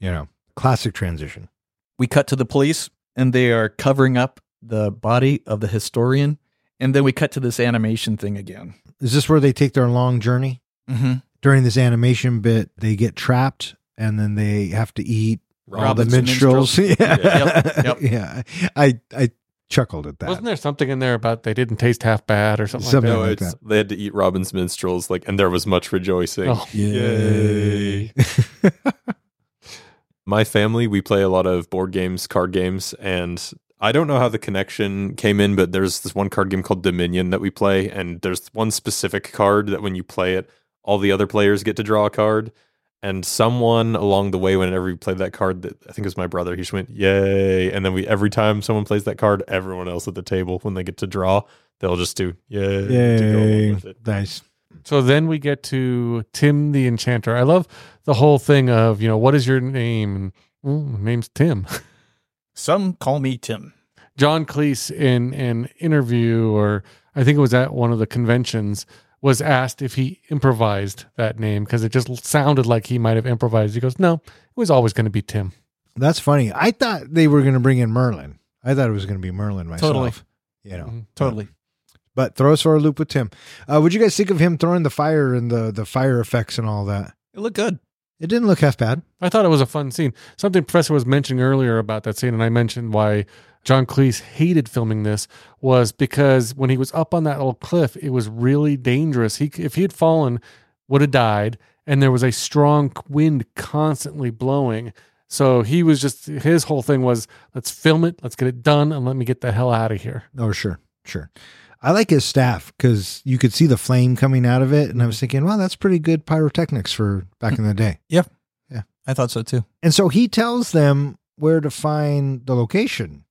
Speaker 5: You know, classic transition.
Speaker 4: We cut to the police and they are covering up the body of the historian. And then we cut to this animation thing again.
Speaker 5: Is this where they take their long journey?
Speaker 4: Mm-hmm.
Speaker 5: During this animation bit, they get trapped and then they have to eat all the
Speaker 4: Robin's
Speaker 5: minstrels. Yeah.
Speaker 4: Yep, yep.
Speaker 5: yeah. I I chuckled at that.
Speaker 6: Wasn't there something in there about they didn't taste half bad or something?
Speaker 5: Something
Speaker 6: like
Speaker 3: No,
Speaker 5: like
Speaker 3: it's
Speaker 5: that.
Speaker 3: they had to eat Robin's minstrels, like, and there was much rejoicing.
Speaker 6: that? Oh,
Speaker 5: Yay.
Speaker 3: My family, we play a lot of board games, card games, and I don't know how the connection came in, but there's this one card game called Dominion that we play, and there's one specific card that when you play it, all the other players get to draw a card. And someone along the way, whenever we played that card, that I think it was my brother, he just went, Yay. And then we every time someone plays that card, everyone else at the table, when they get to draw, they'll just do yay, to go along
Speaker 5: Yay.
Speaker 3: with it.
Speaker 5: Nice.
Speaker 6: so then we get to Tim the Enchanter. I love the whole thing of you know what is your name? Mm, my name's Tim.
Speaker 7: Some call me Tim.
Speaker 6: John Cleese in an interview, or I think it was at one of the conventions, was asked if he improvised that name because it just sounded like he might have improvised. He goes, "No, it was always going to be Tim."
Speaker 5: That's funny. I thought they were going to bring in Merlin. I thought it was going to be Merlin myself.
Speaker 4: Totally.
Speaker 5: You know,
Speaker 6: Mhm.
Speaker 4: Totally.
Speaker 5: but throw us for a loop with Tim. Uh, what'd you guys think of him throwing the fire and the, the fire effects and all that?
Speaker 4: It looked good.
Speaker 5: It didn't look half bad.
Speaker 6: I thought it was a fun scene. Something Professor was mentioning earlier about that scene, and I mentioned why John Cleese hated filming this was because when he was up on that little cliff, it was really dangerous. He, if he had fallen, would have died, and there was a strong wind constantly blowing. So he was just his whole thing was let's film it, let's get it done, and let me get the hell out of here.
Speaker 5: Oh, sure. Sure. I like his staff because you could see the flame coming out of it. And I was thinking, well, that's pretty good pyrotechnics for back in the day.
Speaker 4: I thought so too.
Speaker 5: And so he tells them where to find the location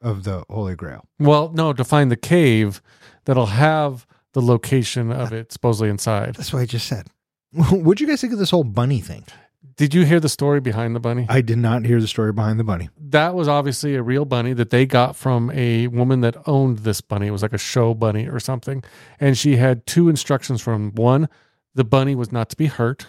Speaker 5: of the Holy Grail.
Speaker 6: Well, no, to find the cave that'll have the location of it supposedly inside.
Speaker 5: That's what I just said. What'd you guys think of this whole bunny thing?
Speaker 6: Did you hear the story behind the bunny?
Speaker 5: I did not hear the story behind the bunny.
Speaker 6: that was obviously a real bunny that they got from a woman that owned this bunny. It was like a show bunny or something. And she had two instructions from one, the bunny was not to be hurt,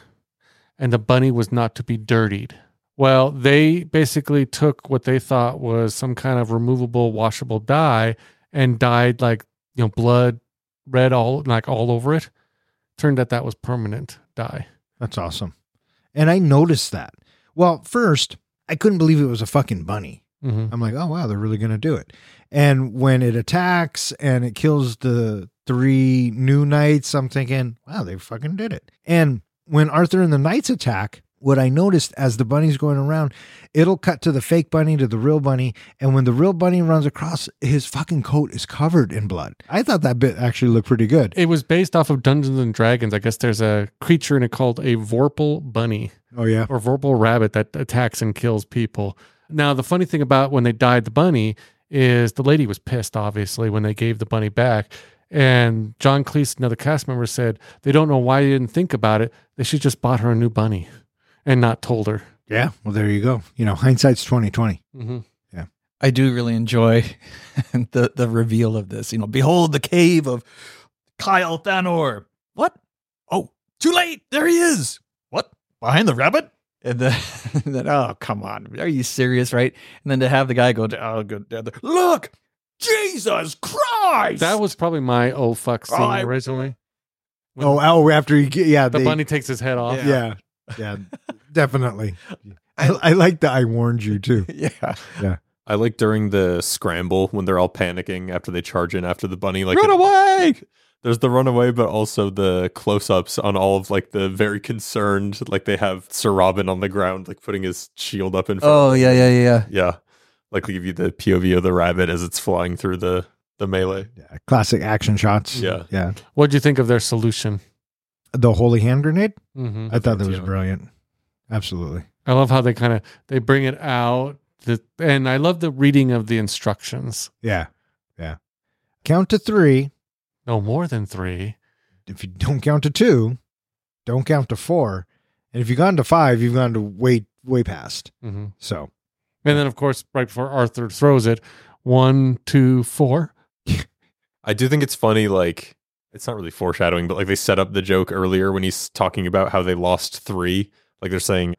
Speaker 6: and the bunny was not to be dirtied. Well, they basically took what they thought was some kind of removable, washable dye and dyed like, you know, blood red all like all over it. Turned out that was permanent dye.
Speaker 5: That's awesome. And I noticed that. Well, first, I couldn't believe it was a fucking bunny.
Speaker 6: Mm-hmm.
Speaker 5: I'm like, oh wow, they're really gonna do it. And when it attacks and it kills the three new knights, I'm thinking, wow, they fucking did it. And when Arthur and the knights attack, what I noticed as the bunny's going around, it'll cut to the fake bunny to the real bunny, and when the real bunny runs across, his fucking coat is covered in blood. I thought that bit actually looked pretty good.
Speaker 6: It was based off of Dungeons and Dragons. I guess there's a creature in it called a Vorpal bunny
Speaker 5: Oh yeah,
Speaker 6: or Vorpal rabbit that attacks and kills people. Now, the funny thing about when they dyed the bunny is the lady was pissed, obviously, when they gave the bunny back. And John Cleese, another cast member, said they don't know why they didn't think about it. They should just bought her a new bunny and not told her.
Speaker 5: yeah. Well, there you go. You know, hindsight's twenty twenty.
Speaker 6: Mm-hmm.
Speaker 4: I do really enjoy the the reveal of this. You know, behold the cave of
Speaker 7: Kyle Thanor. What? Oh, too late. There he is. What? Behind the rabbit?
Speaker 4: and then, and then oh come on, are you serious, right? And then to have the guy go, oh, go down there. Look,
Speaker 7: Jesus Christ.
Speaker 6: That was probably my oh fuck scene
Speaker 7: Oh, I-
Speaker 6: originally. When
Speaker 5: oh, oh, after you get, yeah,
Speaker 6: the
Speaker 5: they-
Speaker 6: bunny takes his head off.
Speaker 5: yeah, yeah, definitely. I, I like that. I warned you too.
Speaker 3: yeah.
Speaker 5: Yeah.
Speaker 3: I like during the scramble when they're all panicking after they charge in after the bunny, like
Speaker 6: Run
Speaker 3: away. There's the runaway, but also the close-ups on all of like the very concerned, like they have Sir Robin on the ground, like putting his shield up in front.
Speaker 4: Oh yeah, yeah, yeah.
Speaker 3: Yeah, like they give you the POV of the rabbit as it's flying through the the melee.
Speaker 5: Yeah, classic action shots.
Speaker 3: Yeah.
Speaker 5: yeah.
Speaker 6: What'd you think of their solution?
Speaker 5: The holy hand grenade.
Speaker 6: hmm
Speaker 5: I thought that was
Speaker 3: Yeah.
Speaker 5: brilliant. Absolutely.
Speaker 6: I love how they kind of they bring it out, the, and I love the reading of the instructions.
Speaker 5: Yeah, yeah. Count to three.
Speaker 6: No more than three.
Speaker 5: If you don't count to two, don't count to four, and if you've gone to five, you've gone to way way past.
Speaker 6: hmm
Speaker 5: So
Speaker 6: And then, of course, right before Arthur throws it, one, two, four.
Speaker 3: I do think it's funny, like it's not really foreshadowing, but like they set up the joke earlier when he's talking about how they lost three. Like they're saying,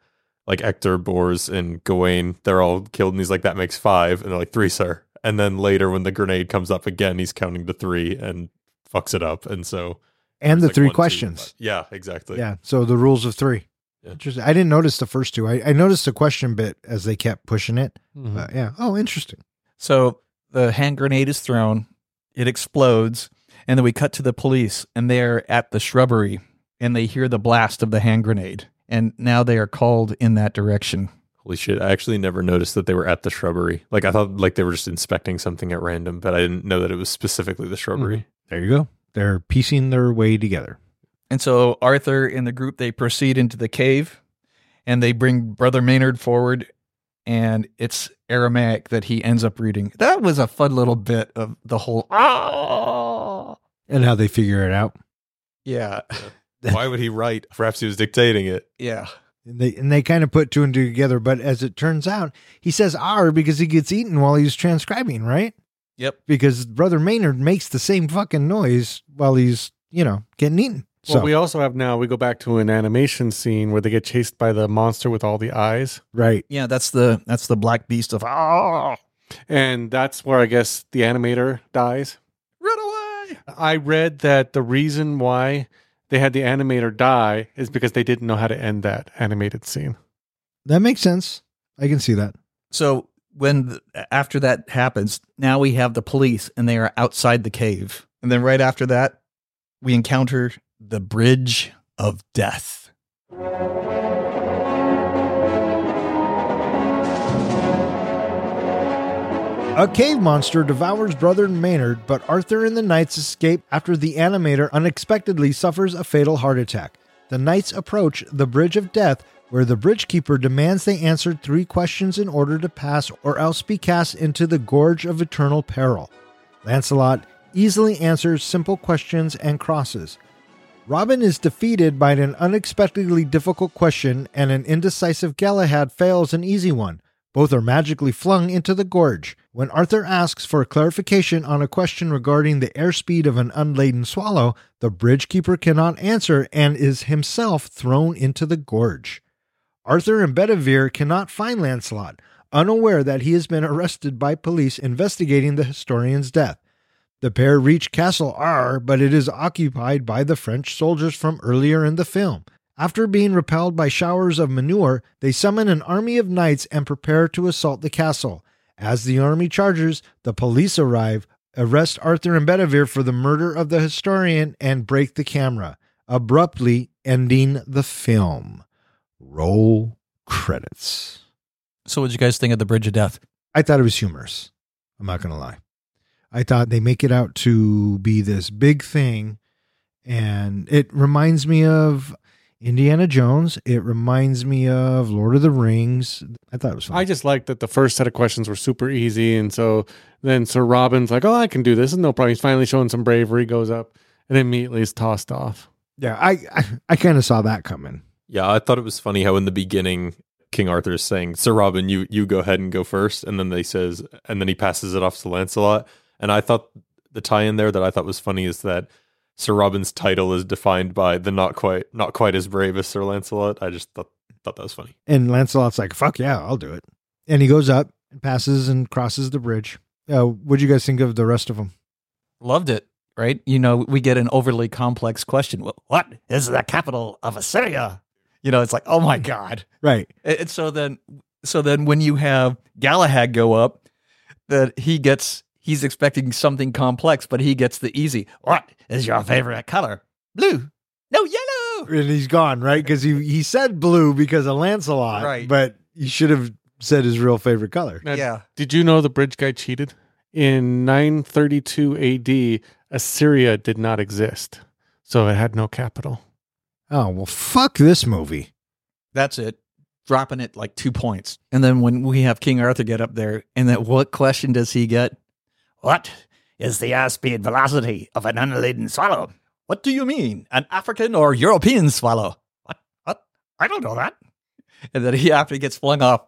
Speaker 3: like Hector, Bors, and Gawain, they're all killed, and he's like, that makes five, and they're like, three, sir. And then later when the grenade comes up again, he's counting to three and fucks it up. And so
Speaker 5: and
Speaker 3: it's
Speaker 5: the
Speaker 3: like
Speaker 5: three
Speaker 3: one, two,
Speaker 5: questions.
Speaker 3: five. yeah, exactly.
Speaker 5: yeah. So the rules of three.
Speaker 3: Yeah.
Speaker 5: Interesting. I didn't notice the first two. I, I noticed the question bit as they kept pushing it.
Speaker 6: Mhm.
Speaker 5: But yeah. Oh, interesting.
Speaker 4: So the hand grenade is thrown, it explodes, and then we cut to the police, and they're at the shrubbery, and they hear the blast of the hand grenade, and now they are called in that direction.
Speaker 3: Holy shit! I actually never noticed that they were at the shrubbery. Like I thought, like they were just inspecting something at random, but I didn't know that it was specifically the
Speaker 6: Mm-hmm.
Speaker 3: shrubbery.
Speaker 5: There you go. They're piecing their way together.
Speaker 4: And so Arthur and the group they proceed into the cave, and they bring Brother Maynard forward, and it's Aramaic that he ends up reading. That was a fun little bit of the whole. Ah,
Speaker 5: And how they figure it out.
Speaker 4: yeah,
Speaker 5: Mm-hmm.
Speaker 3: Why would he write? Perhaps he was dictating it.
Speaker 4: yeah.
Speaker 5: And they and they kind of put two and two together. But as it turns out, he says "r" because he gets eaten while he's transcribing, right?
Speaker 4: Yep.
Speaker 5: Because brother Maynard makes the same fucking noise while he's you know getting eaten. So
Speaker 6: Well, we also have now, we go back to an animation scene where they get chased by the monster with all the eyes.
Speaker 5: right.
Speaker 4: Yeah, that's the that's the black beast of ah.
Speaker 6: And that's where I guess the animator dies.
Speaker 4: Run away!
Speaker 6: I read that the reason why they had the animator die is because they didn't know how to end that animated scene.
Speaker 5: That makes sense. I can see that.
Speaker 4: So when the, after that happens, now we have the police and they are outside the cave. And then right after that, we encounter the bridge of death.
Speaker 5: A cave monster devours brother Maynard, but Arthur and the knights escape after the animator unexpectedly suffers a fatal heart attack. The knights approach the Bridge of Death, where the bridge keeper demands they answer three questions in order to pass or else be cast into the Gorge of Eternal Peril. Lancelot easily answers simple questions and crosses. Robin is defeated by an unexpectedly difficult question, and an indecisive Galahad fails an easy one. Both are magically flung into the gorge. When Arthur asks for clarification on a question regarding the airspeed of an unladen swallow, the bridge keeper cannot answer and is himself thrown into the gorge. Arthur and Bedivere cannot find Lancelot, unaware that he has been arrested by police investigating the historian's death. The pair reach Castle R, but it is occupied by the French soldiers from earlier in the film. After being repelled by showers of manure, they summon an army of knights and prepare to assault the castle. As the army charges, the police arrive, arrest Arthur and Bedivere for the murder of the historian, and break the camera, abruptly ending the film. Roll credits.
Speaker 4: So what did you guys think of the bridge of death?
Speaker 5: I thought it was humorous. I'm not going to lie. I thought they make it out to be this big thing. And it reminds me of Indiana Jones. It reminds me of Lord of the Rings. I thought it was fun.
Speaker 6: I just liked that the first set of questions were super easy. And so then Sir Robin's like, oh, I can do this. And no problem. He's finally showing some bravery, goes up, and immediately is tossed off.
Speaker 5: yeah, I, I, I kind of saw that coming.
Speaker 3: Yeah, I thought it was funny how in the beginning King Arthur is saying, "Sir Robin, you you go ahead and go first. and then they says, and then he passes it off to Lancelot. And I thought the tie-in there that I thought was funny is that Sir Robin's title is defined by the not quite not quite as brave as Sir Lancelot. I just thought thought that was funny.
Speaker 5: And Lancelot's like, fuck yeah, I'll do it. And he goes up and passes and crosses the bridge. Uh, what'd you guys think of the rest of them?
Speaker 4: Loved it. right? You know, we get an overly complex question. Well, what is the capital of Assyria? You know, it's like, oh my god.
Speaker 5: Right.
Speaker 4: And and so then, so then when you have Galahad go up, that he gets, he's expecting something complex, but he gets the easy. What is your favorite color? Blue. No, yellow.
Speaker 5: And he's gone, right? Because he, he said blue because of Lancelot.
Speaker 4: Right.
Speaker 5: But he should have said his real favorite color.
Speaker 6: Now,
Speaker 4: yeah.
Speaker 6: Did you know the bridge guy cheated? In 932 AD, Assyria did not exist, so it had no capital.
Speaker 5: Oh, well, fuck this movie.
Speaker 4: That's it. Dropping it like two points. And then when we have King Arthur get up there, and then what question does he get? What is the airspeed velocity of an unladen swallow? What do you mean? An African or European swallow? What? What? I don't know that. And then he after he gets flung off.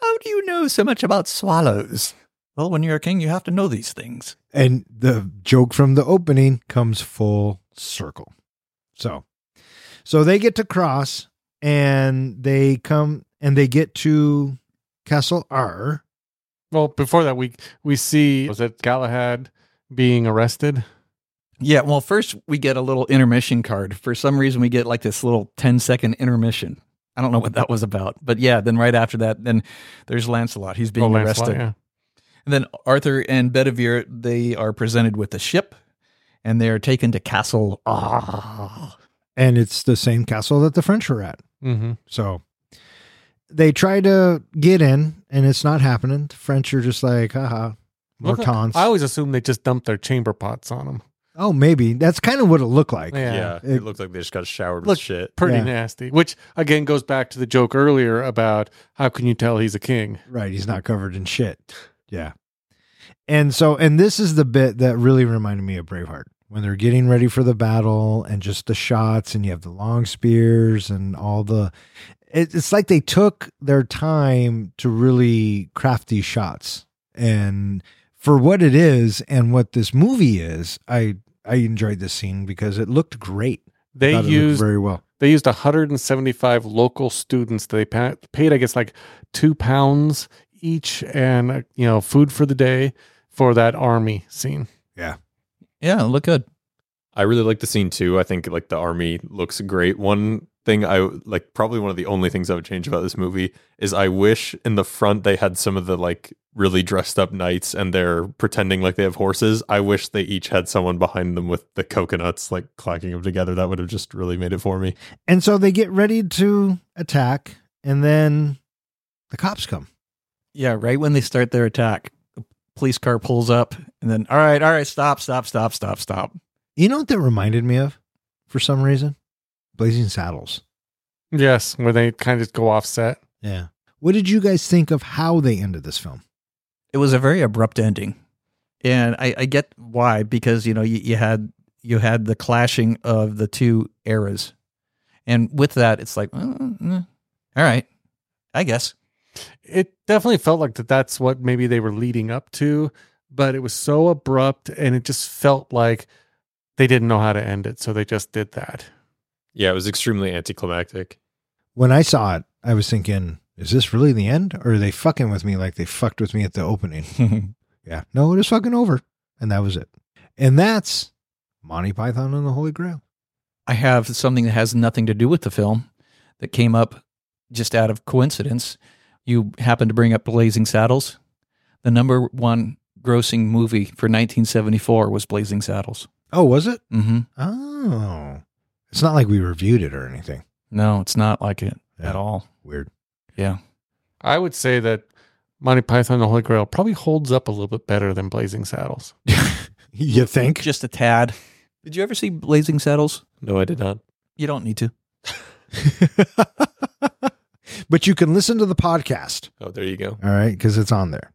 Speaker 4: How do you know so much about swallows? Well, when you're a king, you have to know these things.
Speaker 5: And the joke from the opening comes full circle. So, so they get to cross and they come and they get to Castle R.
Speaker 6: Well, before that, we we see was it Galahad being arrested?
Speaker 4: Yeah, well, first we get a little intermission card. For some reason, we get like this little 10 second intermission. I don't know what that was about. But yeah, then right after that, then there's Lancelot. He's being
Speaker 6: Oh,
Speaker 4: arrested.
Speaker 6: Lancelot, yeah.
Speaker 4: And then Arthur and Bedivere, they are presented with a ship and they are taken to Castle. Ah.
Speaker 5: And it's the same castle that the French were at.
Speaker 6: Mm-hmm.
Speaker 5: So they try to get in and it's not happening. The French are just like, haha, more taunts.
Speaker 6: I always assume they just dumped their chamber pots on them.
Speaker 5: oh, maybe. That's kind of what it looked like.
Speaker 6: Yeah.
Speaker 3: Yeah, it,
Speaker 5: It-
Speaker 3: looked like they just got showered
Speaker 6: Look-
Speaker 3: with shit.
Speaker 6: Pretty
Speaker 5: Yeah.
Speaker 6: nasty. Which again goes back to the joke earlier about how can you tell he's a king?
Speaker 5: Right. He's not covered in shit. Yeah. And so, and this is the bit that really reminded me of Braveheart when they're getting ready for the battle and just the shots, and you have the long spears and all the. It, it's like they took their time to really craft these shots. And for what it is and what this movie is, I. I enjoyed this scene because it looked great. I
Speaker 6: They
Speaker 5: thought it looked
Speaker 6: used
Speaker 5: very well.
Speaker 6: they used 175 local students. They pa- paid, I guess, like two pounds each, and uh, you know, food for the day for that army scene.
Speaker 4: Yeah, look good.
Speaker 3: I really like the scene too. I think like the army looks great. One thing I like, probably one of the only things I would change about this movie is I wish in the front they had some of the like really dressed up knights and they're pretending like they have horses. I wish they each had someone behind them with the coconuts like clacking them together. That would have just really made it for me.
Speaker 5: And so they get ready to attack, and then the cops come.
Speaker 4: Yeah, right when they start their attack, the police car pulls up and then, all right, all right, stop, stop, stop, stop, stop.
Speaker 5: You know what that reminded me of for some reason? Blazing Saddles.
Speaker 6: Yes, where they kind of go offset.
Speaker 5: Yeah. What did you guys think of how they ended this film?
Speaker 4: it was a very abrupt ending and i, I get why because you know you, you had you had the clashing of the two eras and with that it's like mm, mm, all right i guess
Speaker 6: It definitely felt like that. That's what maybe they were leading up to, but it was so abrupt, and it just felt like they didn't know how to end it, so they just did that.
Speaker 3: Yeah, it was extremely anticlimactic.
Speaker 5: When I saw it, I was thinking, is this really the end? Or are they fucking with me like they fucked with me at the opening? yeah. No, it is fucking over. And that was it. And that's Monty Python and the Holy Grail.
Speaker 4: i have something that has nothing to do with the film that came up just out of coincidence you happened to bring up blazing saddles the number one grossing movie for 1974 was blazing saddles
Speaker 5: Oh, was it?
Speaker 4: mm-hmm.
Speaker 5: Oh. It's not like we reviewed it or anything.
Speaker 4: no it's not like it
Speaker 5: Yeah.
Speaker 4: at all
Speaker 5: Weird.
Speaker 6: I would say that Monty Python and the Holy Grail probably holds up a little bit better than Blazing Saddles.
Speaker 5: You think?
Speaker 4: Just a tad. Did you ever see Blazing Saddles?
Speaker 3: No, I did not.
Speaker 4: You don't need to.
Speaker 5: but you can listen to the podcast,
Speaker 3: Oh, there you go.
Speaker 5: all right? Because it's on there.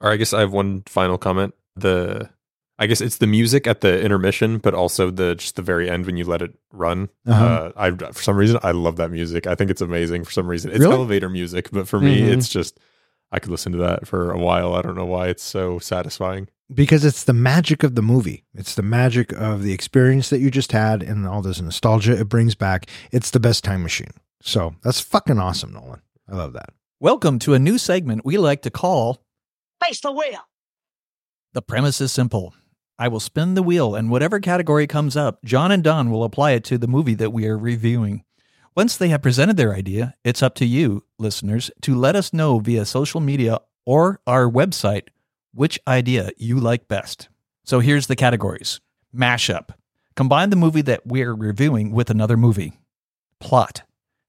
Speaker 3: Or I guess I have one final comment. The I guess it's the music at the intermission, but also the just the very end when you let it run. Uh,
Speaker 5: Uh-huh.
Speaker 3: I for some reason I love that music. I think it's amazing for some reason. It's
Speaker 5: Really? Mm-hmm.
Speaker 3: elevator music, but for me,
Speaker 6: Mhm.
Speaker 3: it's just I could listen to that for a while. I don't know why it's so satisfying.
Speaker 5: because it's the magic of the movie. It's the magic of the experience that you just had and all this nostalgia it brings back. It's the best time machine. So that's fucking awesome, Nolan. I love that.
Speaker 4: Welcome to a new segment we like to call Face the Wheel. The premise is simple I will spin the wheel, and whatever category comes up, John and Don will apply it to the movie that we are reviewing. Once they have presented their idea, it's up to you, listeners, to let us know via social media or our website which idea you like best. So here's the categories mashup, combine the movie that we're reviewing with another movie, plot,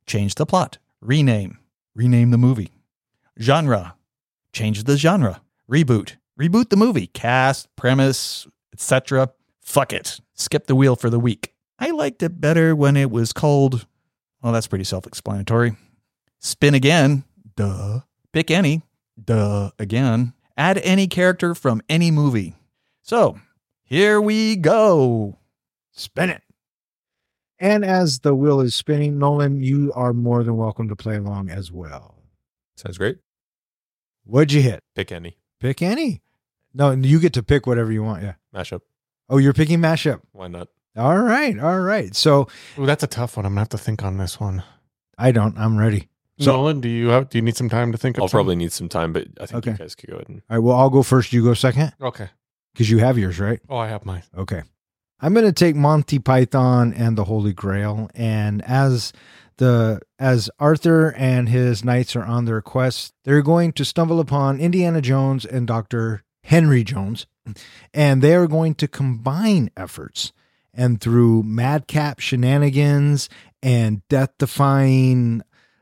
Speaker 4: change the plot, rename, rename the movie, genre, change the genre, reboot, reboot the movie, cast, premise, etc. Fuck it. Skip the wheel for the week. I liked it better when it was called. Well, that's pretty self explanatory. Spin again. Duh. Pick any. Duh. Again. Add any character from any movie. So here we go.
Speaker 5: Spin it. And as the wheel is spinning, Nolan, you are more than welcome to play along as well.
Speaker 3: Sounds great.
Speaker 5: What'd you hit?
Speaker 3: Pick any
Speaker 5: Pick any. No, you get to pick whatever you want. Yeah.
Speaker 3: mashup.
Speaker 5: Oh, you're picking mashup.
Speaker 3: Why not?
Speaker 5: All right. All right. So
Speaker 6: Ooh, that's a tough one. I'm gonna have to think on this one.
Speaker 5: I don't. I'm ready.
Speaker 1: So-
Speaker 6: Nolan, do you have, do you need some time to think? Of
Speaker 3: I'll
Speaker 6: some?
Speaker 3: probably need some time, but I think you
Speaker 5: Okay.
Speaker 3: guys could go ahead and
Speaker 5: All right. Well, I'll go first. You go second
Speaker 6: Okay.
Speaker 5: because you have yours, right?
Speaker 6: Oh, I have mine.
Speaker 5: Okay. I'm going to take Monty Python and the Holy Grail and as the as Arthur and his knights are on their quest, they're going to stumble upon Indiana Jones and Dr. Henry Jones and they are going to combine efforts and through madcap shenanigans and death-defying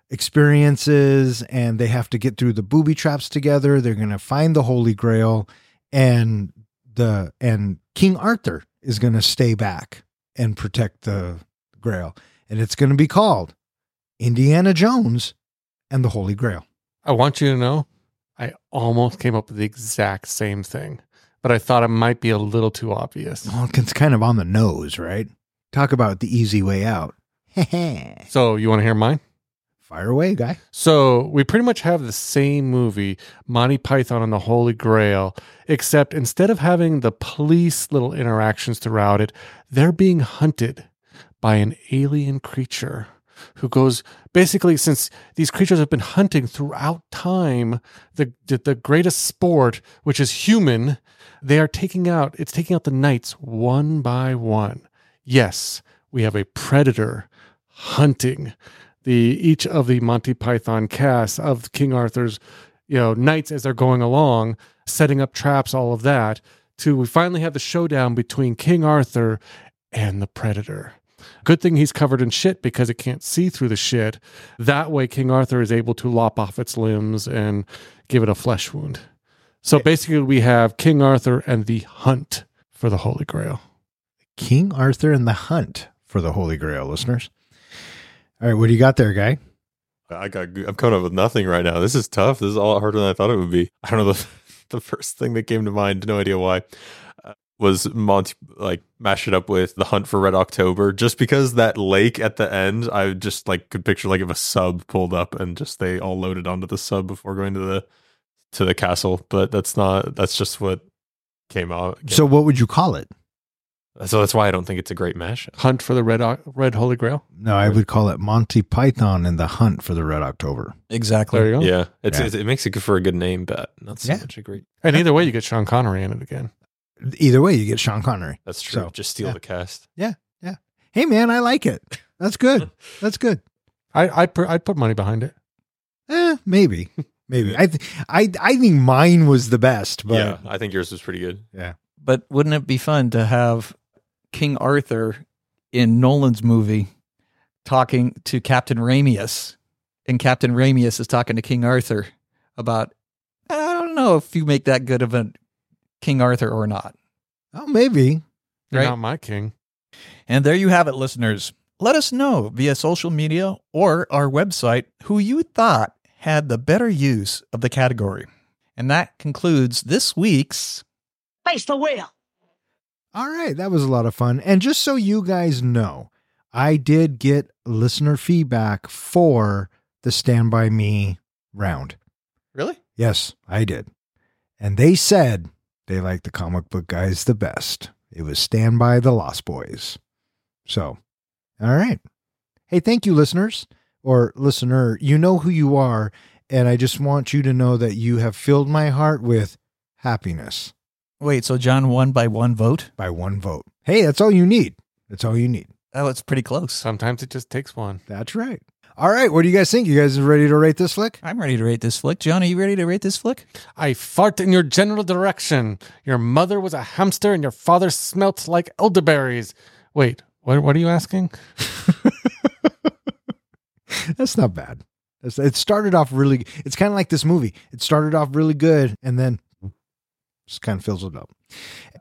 Speaker 5: experiences and they have to get through the booby traps together. They're going to find the Holy Grail and the and King Arthur is going to stay back and protect the Grail, and it's going to be called Indiana Jones and the Holy Grail.
Speaker 6: I want you to know, I almost came up with the exact same thing, but I thought it might be a little too obvious.
Speaker 5: Well, it's kind of on the nose, right? Talk about the easy way out.
Speaker 6: So you want to hear mine?
Speaker 5: Fire away, guy.
Speaker 6: So we pretty much have the same movie, Monty Python and the Holy Grail, except instead of having the police little interactions throughout it, they're being hunted by an alien creature who goes basically since these creatures have been hunting throughout time the the, the greatest sport which is human they are taking out it's taking out the knights one by one yes we have a predator hunting the each of the Monty Python cast of King Arthur's, you know, knights as they're going along, setting up traps, all of that, to we finally have the showdown between King Arthur and the Predator. Good thing he's covered in shit because it can't see through the shit. That way, King Arthur is able to lop off its limbs and give it a flesh wound. So basically, we have King Arthur and the hunt for the Holy Grail.
Speaker 5: King Arthur and the Hunt for the Holy Grail, listeners. All right, what do you got there, guy?
Speaker 3: I got. I'm coming up with nothing right now. This is tough. This is a lot harder than I thought it would be. I don't know. The, the first thing that came to mind, no idea why, uh, was Monty like mash it up with the Hunt for Red October, just because that lake at the end. I just like could picture like if a sub pulled up and just they all loaded onto the sub before going to the to the castle. But that's not. That's just what came out.
Speaker 5: So, what would you call it?
Speaker 3: so that's why I don't think it's a great mashup.
Speaker 6: Hunt for the Red, Oc- Red Holy Grail.
Speaker 5: No, I would call it Monty Python and the Hunt for the Red October.
Speaker 4: Exactly.
Speaker 6: There you go.
Speaker 3: Yeah, it's,
Speaker 5: Yeah.
Speaker 3: It, it makes it good for a good name, but not so
Speaker 5: Yeah.
Speaker 3: much a great.
Speaker 6: And either way, you get Sean Connery in it again.
Speaker 5: Either way, you get Sean Connery.
Speaker 3: That's true.
Speaker 5: So,
Speaker 3: just steal
Speaker 5: yeah.
Speaker 3: the cast.
Speaker 5: Hey, man, I like it. That's good. That's good.
Speaker 6: I I pr- I'd put money behind it.
Speaker 5: Eh, maybe, maybe. I, th- I, I think mine was the best, but
Speaker 3: yeah, I think yours was pretty good.
Speaker 4: But wouldn't it be fun to have King Arthur in Nolan's movie talking to Captain Ramius? And Captain Ramius is talking to King Arthur about, I don't know if you make that good of a King Arthur or not.
Speaker 5: oh, maybe.
Speaker 6: You're
Speaker 4: Right.
Speaker 6: not my king.
Speaker 4: And there you have it, listeners. Let us know via social media or our website who you thought had the better use of the category. And that concludes this week's.
Speaker 10: Face the wheel.
Speaker 5: All right, that was a lot of fun. And just so you guys know, I did get listener feedback for the Stand By Me round.
Speaker 4: Really?
Speaker 5: Yes, I did. And they said they liked the comic book guys the best. It was Stand By the Lost Boys. So, all right. Hey, thank you, listeners or listener. You know who you are. And I just want you to know that you have filled my heart with happiness.
Speaker 4: Wait, so John won by one vote?
Speaker 5: by one vote. Hey, that's all you need. That's all you need.
Speaker 4: Oh, it's pretty close.
Speaker 6: Sometimes it just takes one.
Speaker 5: That's right. All right. What do you guys think? You guys ready to rate this flick?
Speaker 4: I'm ready to rate this flick. John, are you ready to rate this flick?
Speaker 6: I fart in your general direction. Your mother was a hamster and your father smelt like elderberries. Wait, what, what are you asking?
Speaker 5: That's not bad. That's, it started off really. It's kind of like this movie. It started off really good, and then just kind of fills it up.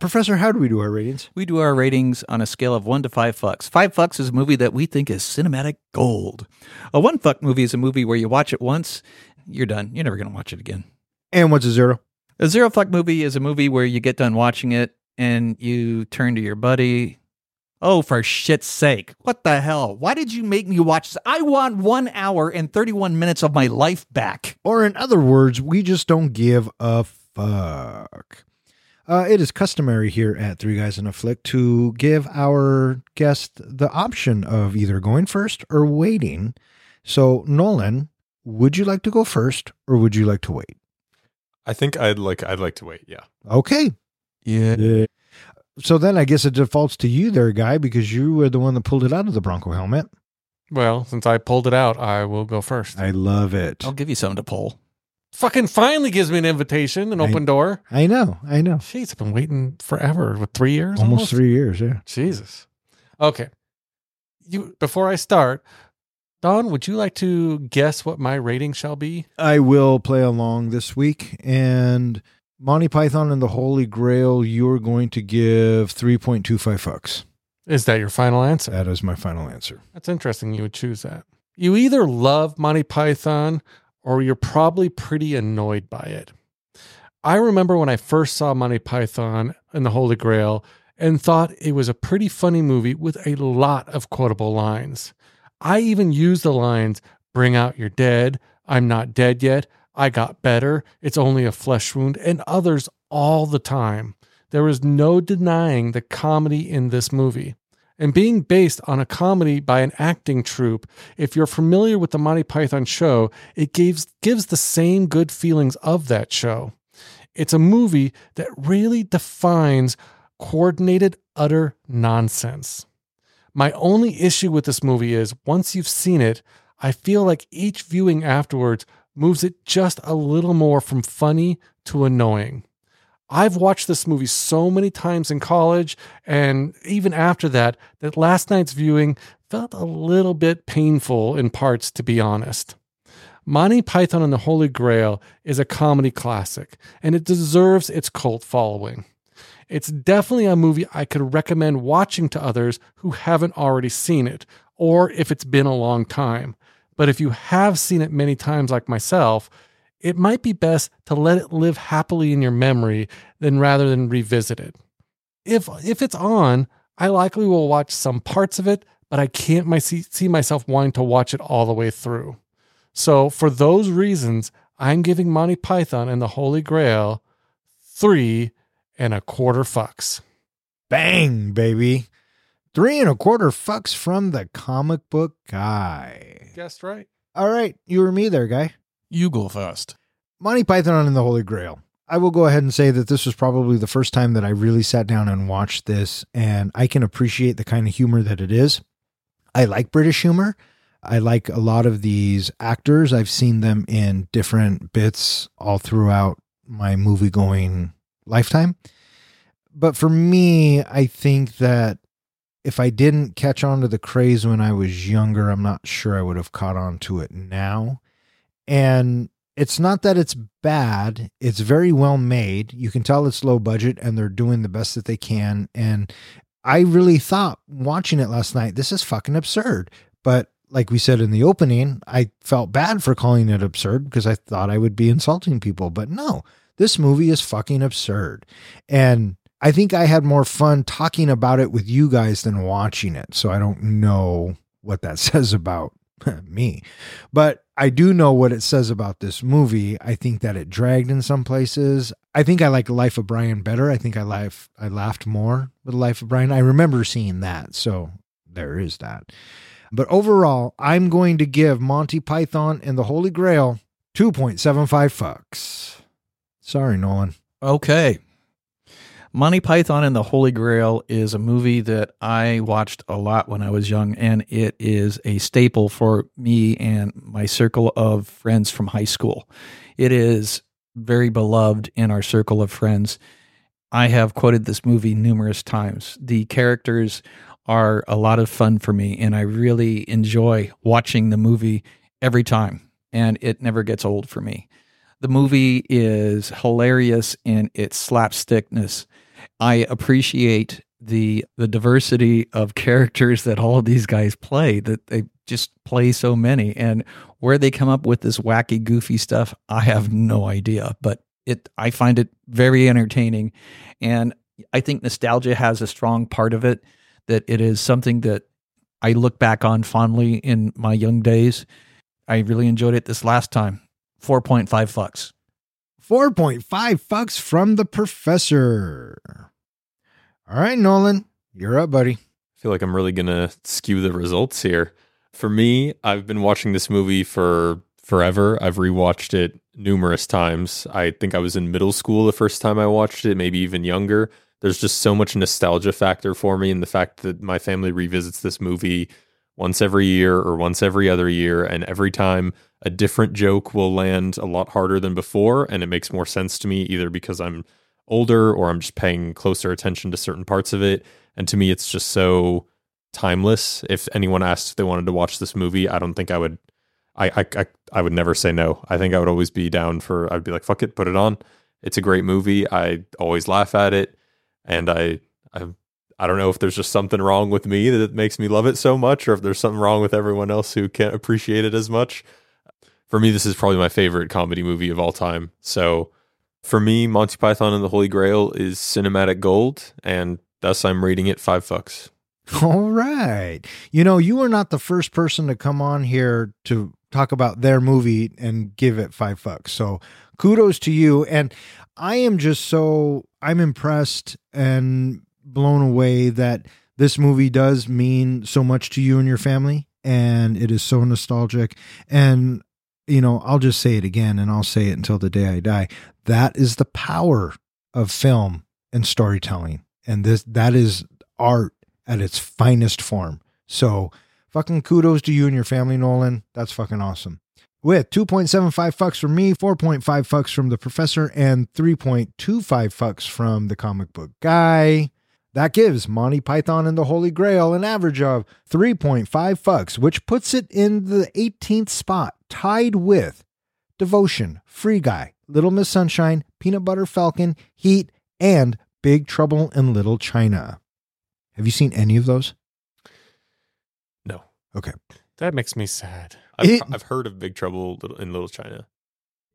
Speaker 5: Professor, how do we do our ratings?
Speaker 4: We do our ratings on a scale of one to five fucks. Five fucks is a movie that we think is cinematic gold. A one fuck movie is a movie where you watch it once, you're done. You're never going to watch it again.
Speaker 5: And what's a zero?
Speaker 4: A zero fuck movie is a movie where you get done watching it and you turn to your buddy. Oh, for shit's sake. What the hell? Why did you make me watch this? I want one hour and 31 minutes of my life back.
Speaker 5: Or in other words, we just don't give a fuck. Uh, it is customary here at Three Guys in a Flick to give our guest the option of either going first or waiting. So, Nolan, would you like to go first or would you like to wait?
Speaker 3: I think I'd like I'd like to wait. Yeah.
Speaker 5: Okay.
Speaker 4: Yeah.
Speaker 5: So then I guess it defaults to you there, guy, because you were the one that pulled it out of the Bronco helmet.
Speaker 6: Well, since I pulled it out, I will go first.
Speaker 5: I love it.
Speaker 4: I'll give you something to pull.
Speaker 6: Fucking finally gives me an invitation, an
Speaker 5: I-
Speaker 6: open door.
Speaker 5: I know. I know.
Speaker 6: Jeez, I've been waiting forever. What, three years?
Speaker 5: Almost three years. Yeah.
Speaker 6: Jesus. Okay. You before I start, Don, would you like to guess what my rating shall be?
Speaker 5: I will play along this week. And Monty Python and the Holy Grail, you're going to give 3.25 fucks.
Speaker 6: Is that your final answer?
Speaker 5: That is my final answer.
Speaker 6: That's interesting you would choose that. You either love Monty Python or you're probably pretty annoyed by it. I remember when I first saw Monty Python and the Holy Grail and thought it was a pretty funny movie with a lot of quotable lines. I even used the lines bring out your dead, I'm not dead yet, I got better, it's only a flesh wound, and others all the time. There is no denying the comedy in this movie and being based on a comedy by an acting troupe, if you're familiar with the Monty Python show, it gives gives the same good feelings of that show. It's a movie that really defines coordinated utter nonsense. My only issue with this movie is once you've seen it, I feel like each viewing afterwards moves it just a little more from funny to annoying. I've watched this movie so many times in college and even after that, that last night's viewing felt a little bit painful in parts, to be honest. Monty Python and the Holy Grail is a comedy classic, and it deserves its cult following. It's definitely a movie I could recommend watching to others who haven't already seen it, or if it's been a long time. But if you have seen it many times, like myself, it might be best to let it live happily in your memory than rather than revisit it if if it's on, I likely will watch some parts of it, but I can't my, see, see myself wanting to watch it all the way through. So for those reasons, I'm giving Monty Python and the Holy Grail three and a quarter fucks.
Speaker 5: Bang, baby. Three and a quarter fucks from the comic book guy.
Speaker 6: Guessed right.
Speaker 5: All right. You or me there, guy.
Speaker 10: You go first.
Speaker 5: Monty Python and the Holy Grail. I will go ahead and say that this was probably the first time that I really sat down and watched this, and I can appreciate the kind of humor that it is. I like British humor. I like a lot of these actors. I've seen them in different bits all throughout my movie going lifetime. But for me, I think that if I didn't catch on to the craze when I was younger, I'm not sure I would have caught on to it now. And it's not that it's bad. It's very well made. You can tell it's low budget and they're doing the best that they can. And I really thought watching it last night, this is fucking absurd. But like we said in the opening, I felt bad for calling it absurd because I thought I would be insulting people. But no, this movie is fucking absurd. And I think I had more fun talking about it with you guys than watching it. So I don't know what that says about me but I do know what it says about this movie. I think that it dragged in some places. I think I like Life of Brian better. I think I laugh I laughed more with Life of Brian. I remember seeing that, so there is that. But overall, I'm going to give Monty Python and the Holy Grail 2.75 fucks. Sorry, Nolan.
Speaker 4: Okay. Monty Python and the Holy Grail is a movie that I watched a lot when I was young, and it is a staple for me and my circle of friends from high school. It is very beloved in our circle of friends. I have quoted this movie numerous times. The characters are a lot of fun for me, and I really enjoy watching the movie every time, and it never gets old for me. The movie is hilarious in its slapstickness. I appreciate the the diversity of characters that all of these guys play that they just play so many and where they come up with this wacky goofy stuff I have no idea but it I find it very entertaining and I think nostalgia has a strong part of it that it is something that I look back on fondly in my young days I really enjoyed it this last time 4.5 fucks
Speaker 5: 4.5 fucks from the professor. All right, Nolan, you're up, buddy.
Speaker 3: I feel like I'm really going to skew the results here. For me, I've been watching this movie for forever. I've rewatched it numerous times. I think I was in middle school the first time I watched it, maybe even younger. There's just so much nostalgia factor for me and the fact that my family revisits this movie once every year or once every other year. And every time a different joke will land a lot harder than before. And it makes more sense to me either because I'm older or I'm just paying closer attention to certain parts of it. And to me, it's just so timeless. If anyone asked if they wanted to watch this movie, I don't think I would. I, I, I, I would never say no. I think I would always be down for, I'd be like, fuck it, put it on. It's a great movie. I always laugh at it. And I, I I don't know if there's just something wrong with me that makes me love it so much, or if there's something wrong with everyone else who can't appreciate it as much. For me, this is probably my favorite comedy movie of all time. So for me, Monty Python and the Holy Grail is cinematic gold, and thus I'm rating it five fucks.
Speaker 5: All right. You know, you are not the first person to come on here to talk about their movie and give it five fucks. So kudos to you. And I am just so I'm impressed and blown away that this movie does mean so much to you and your family and it is so nostalgic and you know i'll just say it again and i'll say it until the day i die that is the power of film and storytelling and this that is art at its finest form so fucking kudos to you and your family nolan that's fucking awesome with 2.75 fucks from me, 4.5 fucks from the professor, and 3.25 fucks from the comic book guy. That gives Monty Python and the Holy Grail an average of 3.5 fucks, which puts it in the 18th spot, tied with Devotion, Free Guy, Little Miss Sunshine, Peanut Butter Falcon, Heat, and Big Trouble in Little China. Have you seen any of those?
Speaker 3: No.
Speaker 5: Okay.
Speaker 6: That makes me sad.
Speaker 3: I've,
Speaker 5: It-
Speaker 3: I've heard of Big Trouble Little- in Little China.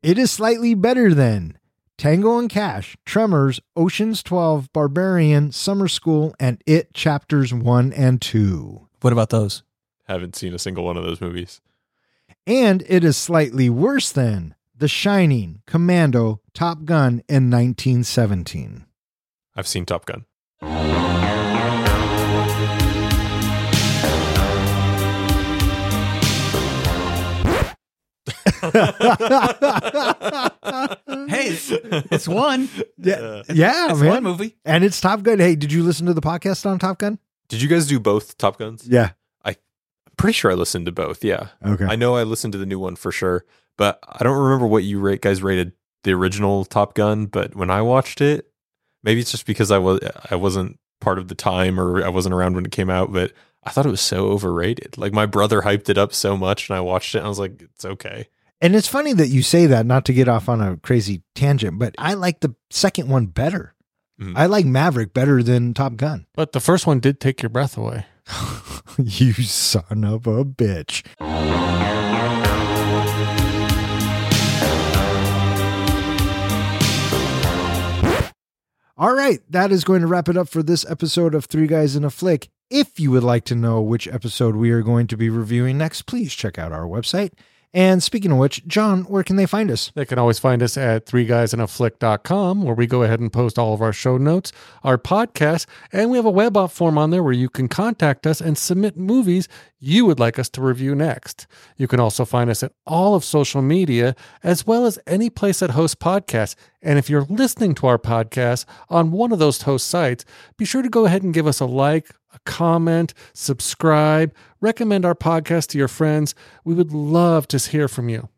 Speaker 5: It is slightly better than Tango and Cash, Tremors, Oceans 12, Barbarian, Summer School, and It Chapters 1 and 2.
Speaker 4: what about those
Speaker 3: Haven't seen a single one of those movies.
Speaker 5: And it is slightly worse than The Shining, Commando, Top Gun, and 1917.
Speaker 3: I've seen Top Gun.
Speaker 4: Hey, it's one
Speaker 5: Yeah, yeah
Speaker 4: uh, it's one
Speaker 5: Oh, man.
Speaker 4: movie
Speaker 5: and it's Top Gun. Hey, did you listen to the podcast on Top Gun?
Speaker 3: Did you guys do both Top Guns?
Speaker 5: Yeah.
Speaker 3: I'm pretty sure I listened to both. Yeah.
Speaker 5: Okay.
Speaker 3: I know I listened to the new one for sure, but I don't remember what you rate, guys rated the original Top Gun. But when I watched it, maybe it's just because I was I wasn't part of the time or I wasn't around when it came out, but I thought it was so overrated. Like my brother hyped it up so much, and I watched it, and I was like, it's okay.
Speaker 5: and it's funny that you say that, not to get off on a crazy tangent, but I like the second one better.
Speaker 3: Mhm.
Speaker 5: I like Maverick better than Top Gun.
Speaker 6: But the first one did take your breath away.
Speaker 5: you son of a bitch. All right, that is going to wrap it up for this episode of Three Guys in a Flick. If you would like to know which episode we are going to be reviewing next, please check out our website And speaking of which, John, where can they find us?
Speaker 6: They can always find us at three guys com, where we go ahead and post all of our show notes, our podcast, and we have a web op form on there where you can contact us and submit movies you would like us to review next. You can also find us at all of social media, as well as any place that hosts podcasts. And if you're listening to our podcast on one of those host sites, be sure to go ahead and give us a like, a comment, subscribe, recommend our podcast to your friends. We would love to hear from you.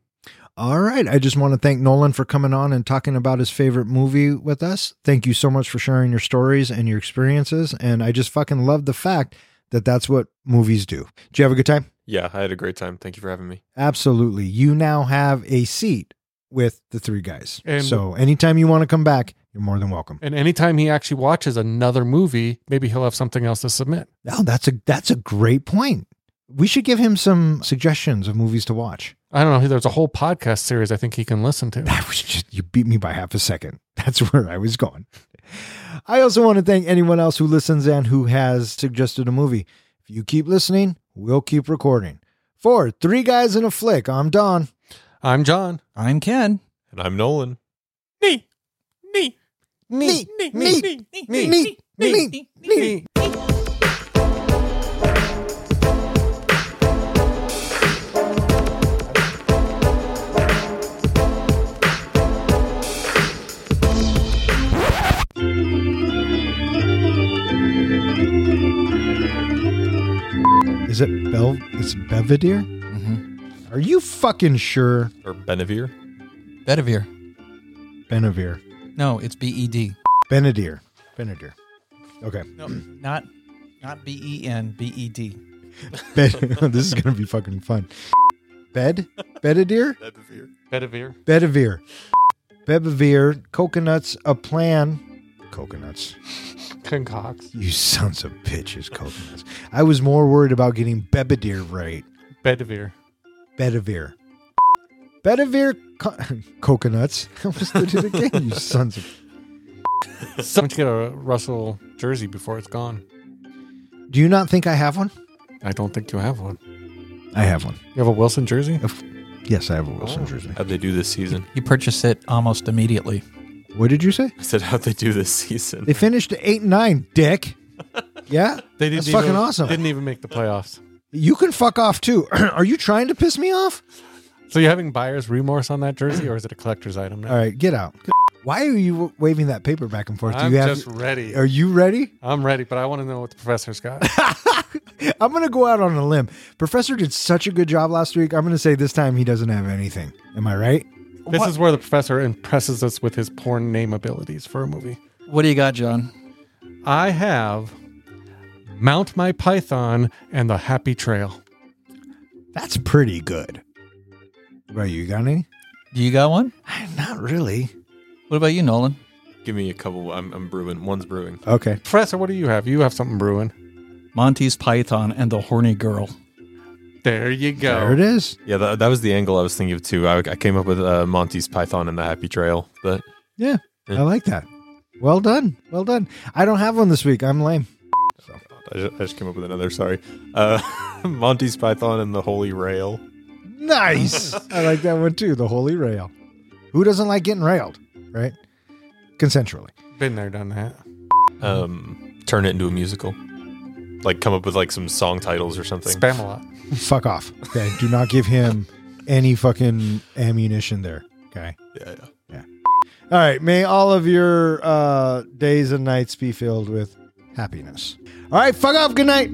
Speaker 5: All right. I just want to thank Nolan for coming on and talking about his favorite movie with us. Thank you so much for sharing your stories and your experiences. And I just fucking love the fact that that's what movies do. Did you have a good time?
Speaker 3: Yeah, I had a great time. Thank you for having me.
Speaker 5: Absolutely. You now have a seat with the three guys.
Speaker 6: And-
Speaker 5: so anytime you want to come back, you're more than welcome.
Speaker 6: And anytime he actually watches another movie, maybe he'll have something else to submit.
Speaker 5: No, Oh, that's a that's a great point. We should give him some suggestions of movies to watch.
Speaker 6: I don't know. There's a whole podcast series I think he can listen to.
Speaker 5: That was just, you beat me by half a second. That's where I was going. I also want to thank anyone else who listens and who has suggested a movie. If you keep listening, we'll keep recording. For Three Guys in a Flick, I'm Don.
Speaker 6: I'm John.
Speaker 7: I'm Ken.
Speaker 3: And I'm Nolan.
Speaker 5: Neat, neat, neat, neat, neat, neat. Is it Bel? It's Belvedere. Are you fucking sure,
Speaker 3: Or Benevere.
Speaker 4: Bedivere.
Speaker 5: Benavir?
Speaker 4: No, it's B E D.
Speaker 5: Benadire. Benadire. Okay.
Speaker 7: No, not not B E N B E D.
Speaker 5: Bed. this is gonna be fucking fun. Bed. Bedadere.
Speaker 3: Benevere.
Speaker 6: Bedivere.
Speaker 5: Bedavir. Bebavir. Coconuts. A plan. Coconuts.
Speaker 6: Concocts.
Speaker 5: You sons of bitches. Coconuts. I was more worried about getting Bebadere right.
Speaker 6: Bedivere.
Speaker 5: Bedavir. Bedavir. Co- coconuts. I almost did it again. You sons of.
Speaker 6: Someone should get a Russell jersey before it's gone.
Speaker 5: Do you not think I have one?
Speaker 6: I don't think you have one.
Speaker 5: I have one.
Speaker 6: You have a Wilson jersey?
Speaker 5: Yes, I have a Wilson jersey.
Speaker 3: How'd they do this season?
Speaker 4: You purchase it almost immediately.
Speaker 5: What did you say?
Speaker 3: I said, how'd they do this season?
Speaker 5: They finished at eight and nine, dick. Yeah,
Speaker 6: They
Speaker 5: that's fucking
Speaker 6: even,
Speaker 5: awesome.
Speaker 6: Didn't even make the playoffs.
Speaker 5: You can fuck off too. Are you trying to piss me off?
Speaker 6: So you having buyer's remorse on that jersey, or is it a collector's item
Speaker 5: All
Speaker 6: now?
Speaker 5: right, get out. Why are you waving that paper back and forth? Do
Speaker 6: I'm
Speaker 5: you have?
Speaker 6: just ready.
Speaker 5: Are you ready?
Speaker 6: I'm ready, but I want to know what the professor's got.
Speaker 5: I'm gonna go out on a limb. Professor did such a good job last week. I'm gonna say this time he doesn't have anything. Am I right?
Speaker 6: This
Speaker 5: What?
Speaker 6: is where the professor impresses us with his porn name abilities for a movie.
Speaker 4: What do you got, John?
Speaker 6: I have Mount My Python and the Happy Trail.
Speaker 5: That's pretty good. What about you? You got any?
Speaker 4: Do you got one?
Speaker 5: Not really.
Speaker 4: What about you, Nolan?
Speaker 3: Give me a couple. I'm, I'm brewing. One's brewing.
Speaker 5: Okay.
Speaker 6: Professor, what do you have? You have something brewing.
Speaker 4: Monty's Python and the Horny Girl.
Speaker 6: There you go.
Speaker 5: There it is.
Speaker 3: Yeah, that, that was the angle I was thinking of too. I, I came up with uh, Monty's Python and the Happy Trail, but
Speaker 5: Yeah,
Speaker 3: Yeah.
Speaker 5: I like that. Well done. Well done. I don't have one this week. I'm lame.
Speaker 3: I just, I just came up with another. Sorry, uh, Monty's Python and the Holy Rail.
Speaker 5: Nice. I like that one too. The holy rail. Who doesn't like getting railed, right? Consensually.
Speaker 6: Been there, done that.
Speaker 3: Um, turn it into a musical. Like come up with like some song titles or something.
Speaker 6: Spam a lot.
Speaker 5: Fuck off. Okay. Do not give him any fucking ammunition there. Okay.
Speaker 3: Yeah, yeah.
Speaker 5: All right. May all of your uh, days and nights be filled with happiness. All right. Fuck off. Good night.